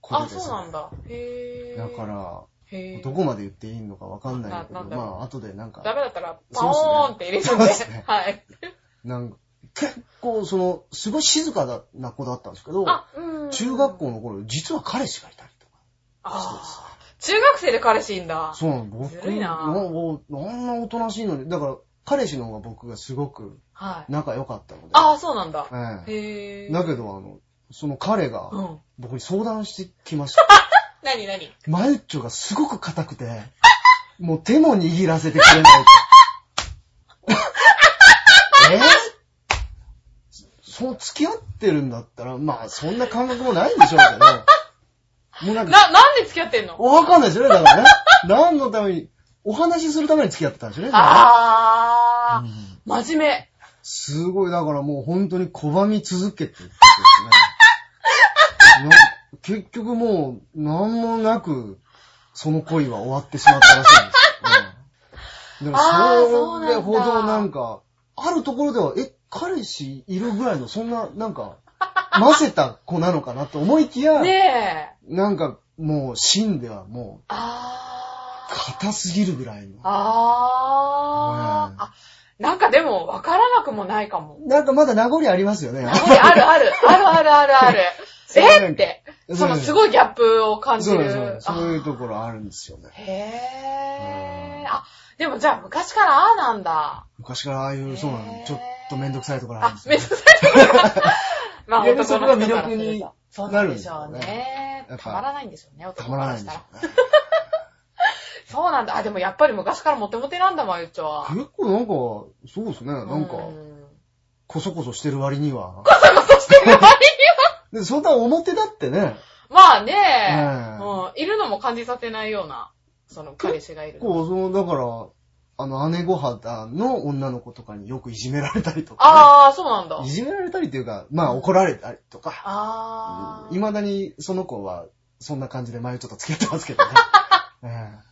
S2: 子
S1: あ、
S2: でです、ね。
S1: そうなんだ。へぇ
S2: だか
S1: へ
S2: ら、
S1: ぇ
S2: どこまで言っていいのかわかんないけど、
S1: ななんだ
S2: ま
S1: ろう
S2: あ、後でなん
S1: ダ
S2: か、
S1: メだったら、パオーンって入れちゃっ
S2: そう
S1: て
S2: ですね。
S1: はい。
S2: なんか結構、その、すごい静かな子だったんですけど、
S1: あ、うん。
S2: 中学校の頃、実は彼氏がいたりとか。
S1: あー中学生で彼氏いんだ。
S2: そうなの、僕
S1: ずるいな
S2: おおあんなおとなしいのに、だから、彼氏の方が僕がすごく
S1: はい。
S2: 仲良かったので。
S1: ああ、そうなんだ。
S2: え
S1: へ
S2: え
S1: ぇー。
S2: だけど、あの、その彼が
S1: う、 ん。
S2: 僕に相談してきました。
S1: なになに
S2: マユッチョがすごく硬くて、もう手も握らせてくれない と。えそそう、付き合ってるんだったら、まあ、そんな感覚もないんでしょうけど、もうなんか、
S1: な、なんで付き合ってんの
S2: おわかんないですよね、だからね。何のために、お話しするために付き合ってたんですよね。
S1: あ
S2: う
S1: ー、
S2: ん
S1: 真面目。
S2: すごい、だからもう本当に拒み続けてって ですね。な結局もう、なんもなく、その恋は終わってしまったらしいんですよ。うん、でも
S1: あー
S2: それほ
S1: そうな
S2: ど
S1: んだ
S2: なんか、あるところでは、え、彼氏いるぐらいの、そんな、なんか、混ぜた子なのかなと思いきや、
S1: ねえ。
S2: なんかもう、芯ではもう、
S1: あー。
S2: 硬すぎるぐらいの。
S1: あー。
S2: うん
S1: あ、なんかでも、わからなくもないかも。
S2: なんかまだ名残ありますよね。
S1: あるあるある、あるあるある ある。えって、そのす
S2: い
S1: ごいギャップを感じ
S2: そう
S1: る
S2: なんですよね。。そういうところあるんですよね
S1: あ。へ
S2: う
S1: ぇー。
S2: ん
S1: あ、でもじゃあ昔からああなんだ。
S2: 昔からああいう、そうな
S1: へ
S2: の
S1: ー、
S2: ちょっとめんどくさいところあるん
S1: あ
S2: で、すよ、
S1: めん
S2: ね
S1: ど。くさいところがまあ
S2: いやでも
S1: 男の人からすると。そ
S2: そこ
S1: う
S2: が
S1: なんでしょ
S2: 魅力になるん
S1: う
S2: ですよ
S1: ね。
S2: やっぱ
S1: たまらないんでしょうね、
S2: た
S1: 男
S2: ま
S1: からら
S2: ない
S1: し
S2: ん
S1: た
S2: でしょ
S1: ら。
S2: うね。
S1: そうなんだ。あ、でもやっぱり昔からモテモテなんだ、まゆっちょは。
S2: 結構なんか、そうですね、なん
S1: う、
S2: か
S1: ん
S2: こそこそしてる割には。
S1: そしてない
S2: で、そんな表だってね、
S1: まあね
S2: うん
S1: うん、いるのも感じさせないような、その彼氏がいる。
S2: こう、その、だから、あの、姉御肌の女の子とかによくいじめられたりとか、
S1: ああ、そうなんだ
S2: い。じめられたりというか、まあ怒られたりとか、
S1: あー。
S2: 未だにその子は、そんな感じで前ちょっと付き合ってます けどね。ええ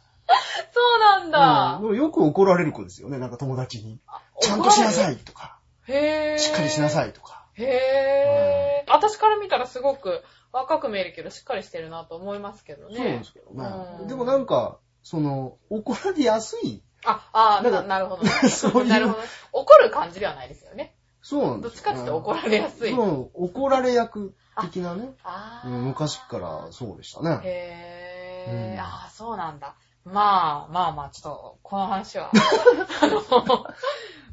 S1: そうなんだ。
S2: うんでもよく怒られる子ですよね、なんか友達に。ちゃんとしなさいとか、
S1: へぇー。。
S2: しっかりしないさいとか。
S1: へぇー。私から見たらすごく若く見えるけど、しっかりしてるなと思いますけどね。
S2: そうなんですけどね
S1: う。ん
S2: でもなんか、その、怒られやすい。
S1: あ、あー
S2: な
S1: なんな
S2: か
S1: るほど。
S2: そういう
S1: なるほど。怒る感じではないですよね。
S2: そうなん
S1: ど
S2: で
S1: っ
S2: す
S1: ち
S2: よ
S1: かっていうと怒られやすい。
S2: そう、怒られ役的なね。
S1: あ
S2: う
S1: ー
S2: ん昔からそうでしたね。
S1: へへ
S2: うん
S1: ー、ああ、そうなんだ。まあ、まあまあ、ちょっと、この話 は、あの、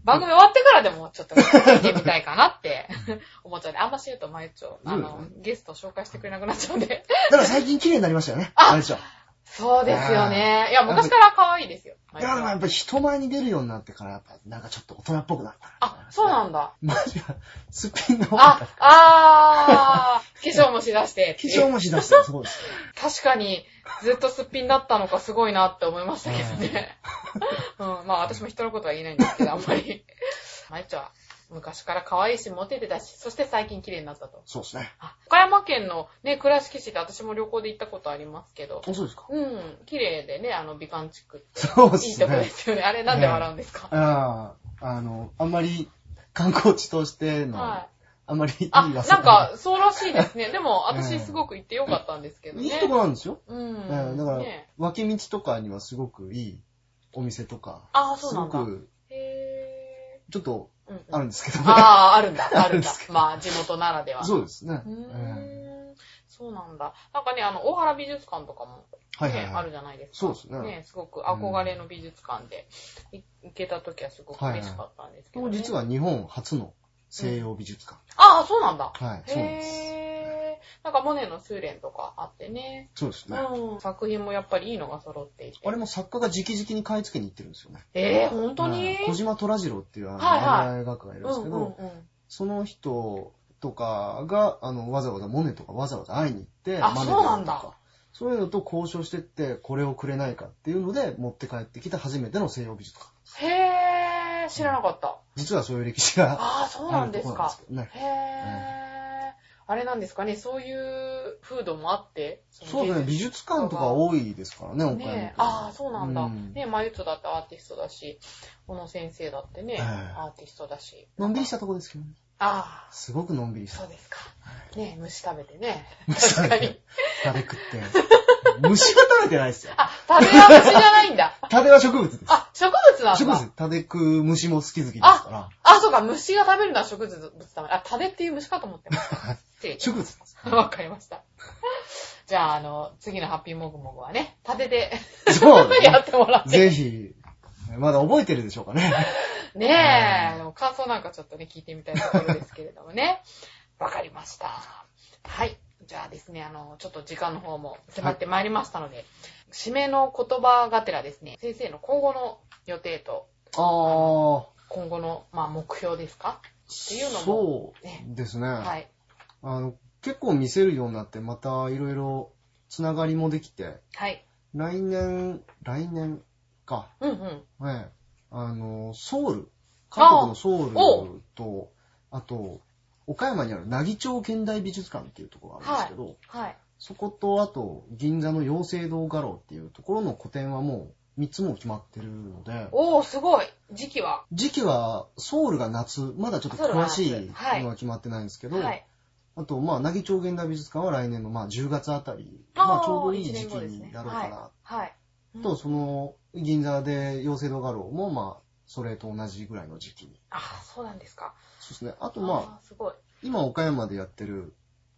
S1: 番組終わってからでも、ちょっと、見てみたいかなって、思っちゃうんで、あんまし言うと、まゆちょ、あ
S2: う
S1: の、ゲスト紹介してくれなくなっちゃうんで。
S2: だから最近綺麗になりましたよね。あれでしょ。
S1: そうですよね。いや、昔から可愛いですよ。ま
S2: い
S1: ゆちょ
S2: や、でもや
S1: は
S2: っぱり人前に出るようになってから、やっぱなんかちょっと大人っぽくなった な。
S1: あ、そうなんだ。
S2: マジは、すっぴんの方が
S1: あ、あー、化粧もしだしてってい
S2: 化
S1: う。
S2: 粧もしだしてる、そうです。
S1: 確かに、ずっとすっぴんだったのかすごいなって思いましたけどね。 うん、まあ私も人のことは言えないんですけど、あんまり。 まゆちゃんは昔から可愛いし、モテてたし、そして最近綺麗になったと。
S2: そうですね。
S1: あ岡山県のね、倉敷市って私も旅行で行ったことありますけど、
S2: あ、そうですか。
S1: うん、綺麗でね、あの美観地区って。
S2: そうで
S1: いい
S2: す
S1: とこで
S2: ね。
S1: すよね。あれなんで笑うんですか、
S2: ああ、あの、あんまり観光地としての、
S1: はい。
S2: あんまりいい
S1: あ、
S2: 噂
S1: なん
S2: が
S1: か、そうらしいですね。でも、
S2: うん
S1: 私すごく行ってよかったんですけど
S2: い
S1: ね。
S2: いとこなんですよ。
S1: うん。
S2: うんだから
S1: ね、
S2: 脇道とかにはすごくいいお店とか、
S1: あ、そ
S2: す
S1: うな
S2: ご
S1: んだ。
S2: く、
S1: へ
S2: ちょっと
S1: ー。うんうん
S2: あるんですけどね。
S1: ああ、あるんだ、あるんだ
S2: あるんです。
S1: まあ、地元ならでは。
S2: そうですね。
S1: うー
S2: うん
S1: ん。そうなんだ。なんかね、あの、大原美術館とかも、ね
S2: はいはい
S1: あ
S2: はい
S1: る。じゃないですか。
S2: そうですね
S1: すごく憧れの美術館で、い行けた時はすごく嬉しかったんですけ
S2: こ
S1: ど、
S2: こ
S1: ね
S2: 実は日本初の西洋美術館。
S1: ああ、そうなんだ。
S2: はい、そうなんです。
S1: へー。なんか、モネの修練とかあってね。
S2: そうですね。
S1: うん。作品もやっぱりいいのが揃っていて。
S2: あれも作家が直々に買い付けに行ってるんですよね。
S1: えー、本当に
S2: はい小島虎次郎っていうあの、
S1: はいはい
S2: 漫画絵画家がいるんですけど、
S1: うんうんうん
S2: その人とかが、あの、わざわざモネとかわざわざ会いに行って、
S1: あ
S2: マネ
S1: そうなんだ。
S2: そういうのと交渉してって、これをくれないかっていうので、持って帰ってきた初めての西洋美術館。
S1: へー、知らなかった。
S2: 実はそういう歴史が
S1: ああ、そうな
S2: あ
S1: ん
S2: る
S1: で
S2: と
S1: す
S2: ころなん
S1: か
S2: です。けどね。
S1: へー。あれなんですかね、そういう風土もあって。
S2: そうですね、美術館とか多いですからね、岡山県
S1: ねああ、そうなんだ。
S2: うん
S1: ねマユッチョだってアーティストだし、小野先生だってね、
S2: ええ
S1: アーティストだし。
S2: のんびりしたとこですけどね。
S1: ああ、
S2: すごくのんびりした
S1: そう。ですか。ね虫食べてね。
S2: 虫食
S1: 確か
S2: べて
S1: に。
S2: 食べ食って。虫は食べてないですよ。
S1: あ、食べは虫じゃないんだ。
S2: タデは植物です。
S1: あ、植物なんだ。
S2: 植物です。タデ食う虫も好き好きですから。
S1: あ、そうか、虫が食べるのは植物だあ、食べっていう虫かと思ってま した。失礼
S2: 植物です。
S1: わかりました。 じゃあ、あの、次のハッピーモグモグはね、立てで
S2: そうです
S1: や
S2: ね。
S1: っても らって。
S2: ぜひ、まだ覚えてるでしょうかね。
S1: ねえ、でも感想なんかちょっとね、聞いてみたいところですけれどもね。わかりました。はい。じゃあですね、あの、ちょっと時間の方も迫ってまいりましたので、締めの言葉がてらですね、先生の今後の予定と、
S2: あー。
S1: 今後の、まあ、目標ですかっていうのも
S2: そうですね。
S1: はい。
S2: あの、結構見せるようになって、またいろいろつながりもできて、
S1: はい。
S2: 来年、来年か。
S1: うんうん。
S2: ね、あの、ソウル。韓国のソ
S1: お
S2: ウルと、あと、岡山にある奈義町現代美術館っていうところがあるんですけど、
S1: はい。
S2: そこと、あと、銀座の養成堂画廊っていうところの個展はもう3つも決まってるので、
S1: おー、すごい。時期は。
S2: 時期はソウルが夏、まだちょっと詳しいのは決まってないんですけど、
S1: はい。
S2: あと、まあ、なぎ町現代美術館は来年のまあ10月あたり、
S1: あー
S2: まあ、ちょうどいい時期
S1: 一年後ですね
S2: になろうかな。
S1: はい。うん
S2: と、その、銀座で養成堂画廊も、まあ、それと同じぐらいの時期に。
S1: あ、そうなんですか。
S2: そうですね。あと、まあ、
S1: あー、すごい。
S2: 今岡山でやってる、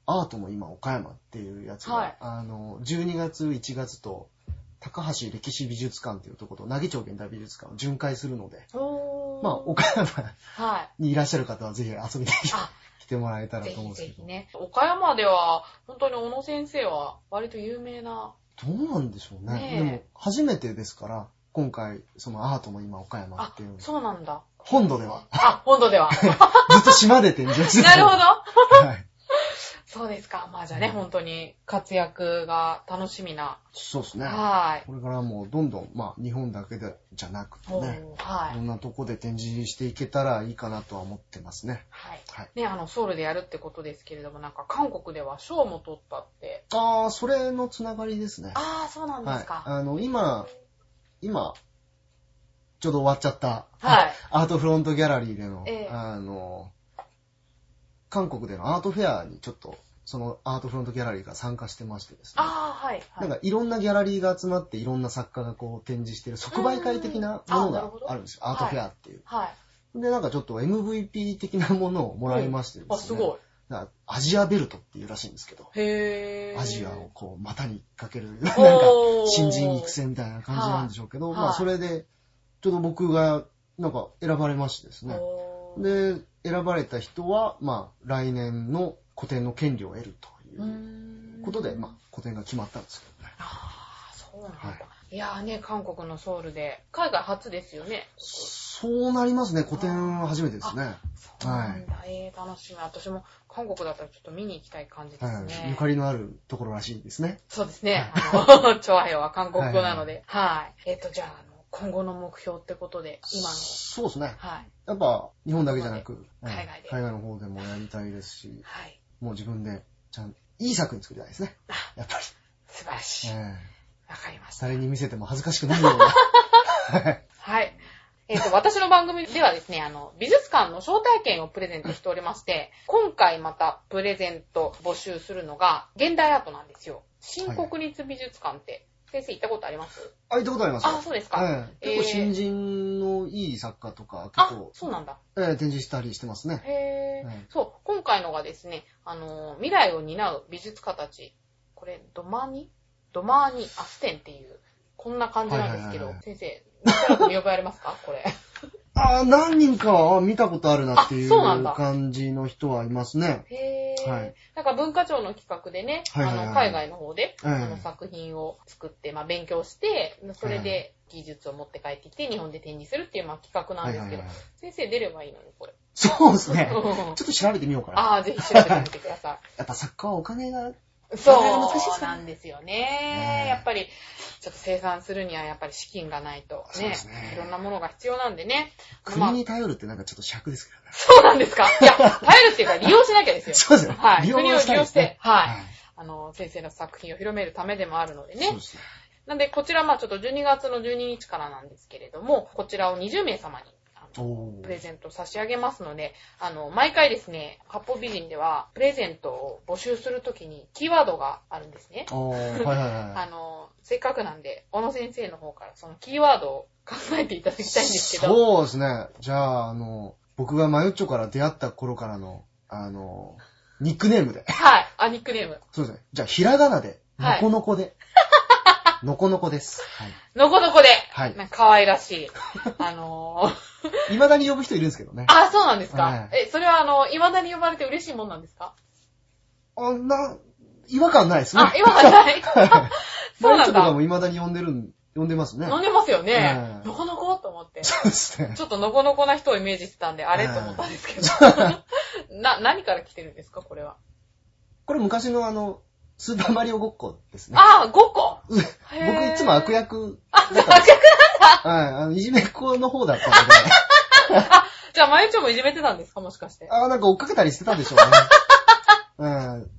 S2: アートも今岡山っていうやつが、
S1: はい
S2: あの、12月、1月と、高橋歴史美術館っていうところと、奈義町現代美術館を巡回するので、
S1: おー。
S2: まあ、岡山
S1: はい。
S2: にいらっしゃる方はぜひ遊びに
S1: あ
S2: 来てもらえたら
S1: ぜ
S2: と思うん
S1: ひ
S2: で
S1: ぜ
S2: すけ
S1: ひ
S2: ど、
S1: ね。岡山では、本当に小野先生は割と有名な。
S2: どうなんでしょうね。
S1: ねえ
S2: でも、初めてですから、今回、そのアートも今岡山
S1: あ
S2: っていう、、
S1: そうなんだ。
S2: 本土では、
S1: あ、本土 では。
S2: ずっと島で展示をして
S1: なるほど。
S2: ど。はい。
S1: そうですか。まあじゃあね、本当に活躍が楽しみな。
S2: そうですね。
S1: は
S2: これからもうどんどん、まあ、日本だけでじゃなく
S1: い。
S2: て
S1: お
S2: ね、
S1: ーはい
S2: ろんなとこで展示していけたらいいかなとは思ってますね
S1: い。。はい。
S2: はい。
S1: ね、あの、ソウルでやるってことですけれども、なんか韓国では賞も取ったって。
S2: ああ、それのつながりですね。
S1: ああ、そうなんで
S2: は
S1: す
S2: い。
S1: か。
S2: あの、今、今、ちょうど終わっちゃった、
S1: はい。
S2: アートフロントギャラリーでの、
S1: ええ
S2: あの、韓国でのアートフェアにちょっと、そのアートフロントギャラリーが参加してましてですね。
S1: ああ、はい。は
S2: ないんかいろんなギャラリーが集まっていろんな作家がこう展示してる即売会的なも
S1: うん
S2: の
S1: あなる
S2: が
S1: ほど
S2: あるんですよ。アートフェアっていう。
S1: はい。
S2: で、なんかちょっと MVP 的なものをもらいましてですね。
S1: あ、すごい。
S2: なんかアジアベルトっていうらしいんですけど、
S1: へぇー。
S2: アジアをこう股にかける、なんか
S1: おー。
S2: 新人育成みたいな感じなんでしょうけど、
S1: はい
S2: ま
S1: は
S2: あ
S1: い
S2: それで、ちょっと僕がなんか選ばれましてですね、
S1: おー。
S2: で、選ばれた人は、まあ、来年の個展の権利を得るという
S1: ー
S2: うんことで、まあ、個展が決まったんですけどね。
S1: あーそうなんだ。
S2: はい
S1: い、やーね、韓国のソウルで、海外初ですよね。
S2: そうなりますね、個展は初めてですね。
S1: そうなんだ。えー、楽しみ。私も韓国だったらちょっと見に行きたい感じで
S2: は
S1: す
S2: い
S1: ね。
S2: ゆかりのあるところらしいですね。
S1: そうですね。あの、 チョアヘは韓国語なので。はい。えっ、と、じゃああの、今後の目標ってことで、今の。
S2: そうですね。
S1: はい。
S2: やっぱ、日本だけじゃなく、
S1: 海外で
S2: うん海外の方でもやりたいですし、
S1: はい。
S2: もう自分で、ちゃん、いい作品作りたいですね。やっぱり。
S1: 素晴らしい。わ、
S2: ええ
S1: かりました。
S2: 誰に見せても恥ずかしくないよう な。
S1: はい。えっ、と、 私の番組ではですね、あの、美術館の招待券をプレゼントしておりまして、今回またプレゼント募集するのが、現代アートなんですよ。新国立美術館って、先生行ったことあります
S2: あ、行ったことありますよ
S1: あ、そうですか。
S2: ええ結構
S1: え
S2: 新
S1: ー
S2: 人のいい作家とか、結
S1: あ
S2: 構、、
S1: そうなんだ。
S2: ええ展示したりしてますね。
S1: へー
S2: はい
S1: そう、今回のがですね、あのー、未来を担う美術家たち、これ、ドマーニドマーニアステンっていう、こんな感じなんですけど、
S2: はいはい
S1: 先生、何と見覚えありますかこれ。
S2: あー何人かは見たことあるなってい
S1: あ
S2: う
S1: そうなんだ
S2: 感じの人はいますね。
S1: へー。
S2: はい
S1: なんか文化庁の企画でね、
S2: はいはいはい
S1: あの、海外の方で、
S2: はいはい
S1: あの作品を作って、まあ、勉強して、それで技術を持って帰ってきて、日本で展示するっていう、まあ、企画なんですけど、
S2: はいはいはい
S1: 先生出ればいいのに、これ。
S2: そうですね。
S1: うん
S2: ちょっと調べてみようかな。
S1: ああ、ぜひ調べてみてくだ さい。
S2: やっぱ作家はお金が、
S1: そうなんですよ
S2: ね
S1: ね
S2: え。
S1: やっぱり、ちょっと生産するにはやっぱり資金がないと
S2: そう
S1: ね
S2: ですね、
S1: いろんなものが必要なんでね。ま
S2: 国
S1: あ、
S2: に頼るってなんかちょっと尺ですけどね。
S1: そうなんですかいや、頼るっていうか利用しなきゃですよ。
S2: そうですね。
S1: はい。
S2: 利用
S1: 国を利用
S2: したいで
S1: し
S2: すね
S1: て、は
S2: はい
S1: い。あの、先生の作品を広めるためでもあるので
S2: そう
S1: ね
S2: で。すね。
S1: なんで、こちら、まあちょっと12月の12日からなんですけれども、こちらを20名様に、あの
S2: お
S1: プレ
S2: ー。
S1: ゼント差し上げますので、あの、毎回ですね、八方美人では、プレゼントを募集するときに、キーワードがあるんですね。
S2: おー、はいはい はい。
S1: あの、せっかくなんで、小野先生の方からそのキーワードを考えていただきたいんですけど。
S2: そうですね。じゃあ、あの、僕がマユッチョから出会った頃からの、あの、ニックネームで。
S1: はい。あ、ニックネーム。
S2: そうですね。じゃあ、ひらがなで、の
S1: はい
S2: このこ で。のこのこです。はい。
S1: のこのこで。
S2: はい
S1: なんか可愛ら しい。あのー、
S2: 未だに呼ぶ人いるんですけどね。
S1: あ、そうなんですか。
S2: はい
S1: え、それはあの、未だに呼ばれて嬉しいもんなんですか
S2: あんな、違和感ないですね。
S1: あ、今は ない。そう
S2: マ
S1: な
S2: ユッチョ
S1: ん
S2: とか
S1: だ。
S2: も未だに呼んでるん、呼んでますね。
S1: 飲んでますよね
S2: は。い
S1: のこのこと思って。
S2: そうですね
S1: ち。ょっとのこのこな人をイメージしてたんで、あれと思ったんですけど。 な、何から来てるんですか、これは。
S2: これ昔のあの、スーパーマリオごっこですね。
S1: あ、5個
S2: 僕
S1: へー
S2: いつも悪役
S1: あ、
S2: だ
S1: 赤
S2: から、
S1: く
S2: はい、あの、いじめっ子の方だ ったので、
S1: じゃあ、まゆちょもいじめてたんですか、もしかして。
S2: ああ、なんか追っかけたりしてたんでしょうね。うん。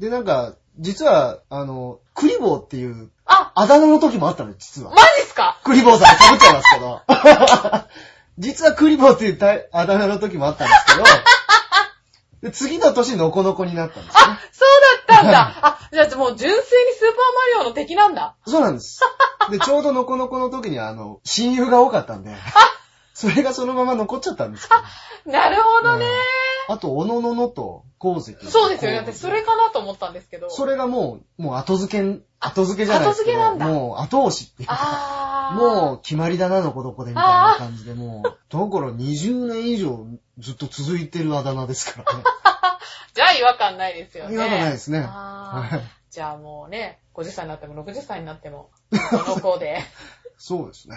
S2: で、なんか、実は、あの、クリボーっていう、
S1: あ、
S2: あだ名の時もあったのよ、実は
S1: マ。ジっすか
S2: クリボーさん被っちゃいますけど。 実はクリボーっていうたあだ名の時もあったんですけど、で次の年、ノコノコになったんですよね。
S1: そうだったんだ。あ、じゃあもう純粋にスーパーマリオの敵なんだ。
S2: そうなんです。で、ちょうどノコノコの時にあの、親友が多かったんで、それがそのまま残っちゃったんですけど。
S1: なるほどね。
S2: あと、おのののと、鉱石。
S1: そうですよね。私、それかなと思ったんですけど。
S2: それがもう、もう後付け、後付けじゃないですけ
S1: 後付け
S2: ど
S1: なんだ
S2: もう後押しっていうか、
S1: あー。
S2: もう決まりだな、のこどこでみたいな感じで、 もう、だから20年以上ずっと続いてるあだ名ですからね。
S1: じゃあ違和感ないですよね。
S2: 違和感ないですね
S1: あー
S2: はい
S1: じゃあもうね、50歳になっても60歳になっても、この子で。
S2: そうですね。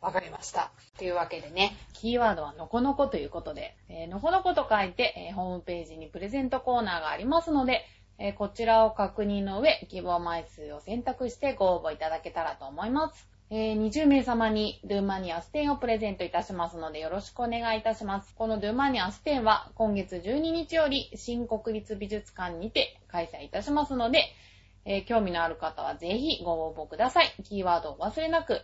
S1: わかりました。というわけでね。
S3: キーワードはのこのこということで、えーのこのこと書いて、えーホームページにプレゼントコーナーがありますので、えーこちらを確認の上、希望枚数を選択してご応募いただけたらと思います。えー20名様にドゥーマニアステンをプレゼントいたしますのでよろしくお願いいたします。このドゥーマニアステンは今月12日より新国立美術館にて開催いたしますので、えー興味のある方はぜひご応募ください。キーワードを忘れなく。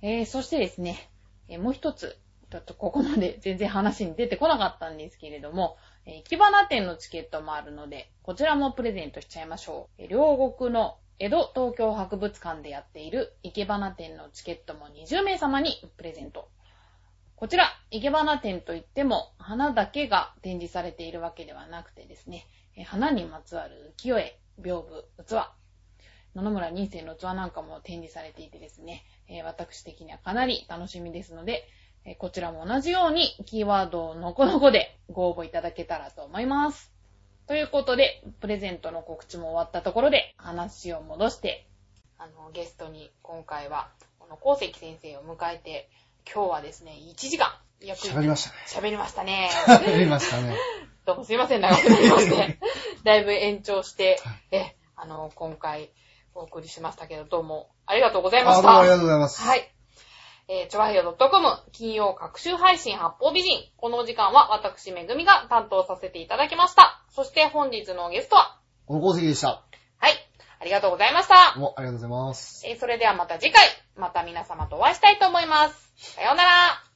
S3: えーそしてですね、えーもう一つ、ちょっとここまで全然話に出てこなかったんですけれども、えー、木花店のチケットもあるので、こちらもプレゼントしちゃいましょう。えー両国の江戸東京博物館でやっている生け花店のチケットも20名様にプレゼント。
S1: こちら、いけばな展といっても、花だけが展示されているわけではなくてですね、えー花にまつわる浮世絵、屏風、器、野々村人生の器なんかも展示されていてですね、えー私的にはかなり楽しみですので、えーこちらも同じようにキーワードをのこのこでご応募いただけたらと思います。ということで、プレゼントの告知も終わったところで、話を戻して、あの、ゲストに今回は、この鉱石先生を迎えて、今日はですね、1時間、約
S2: 喋りましたね。
S1: 喋りましたね。
S2: 喋りま したね。
S1: どうもすいません、長くなりま して。だいぶ延長して、え、あの、今回お送りしましたけど、どうもありがとうございま
S2: あ、
S1: し
S2: どうもありが
S1: た。
S2: とうございます。
S1: はい。えー、ちょわへよ .com 金曜各週配信発泡美人。このお時間は私、めぐみが担当させていただきました。そして本日のゲストは、
S2: この功績でした。
S1: はい、ありがとうございました
S2: どう。もありがとうございます。
S1: えー、それではまた次回、また皆様とお会いしたいと思います。さようなら。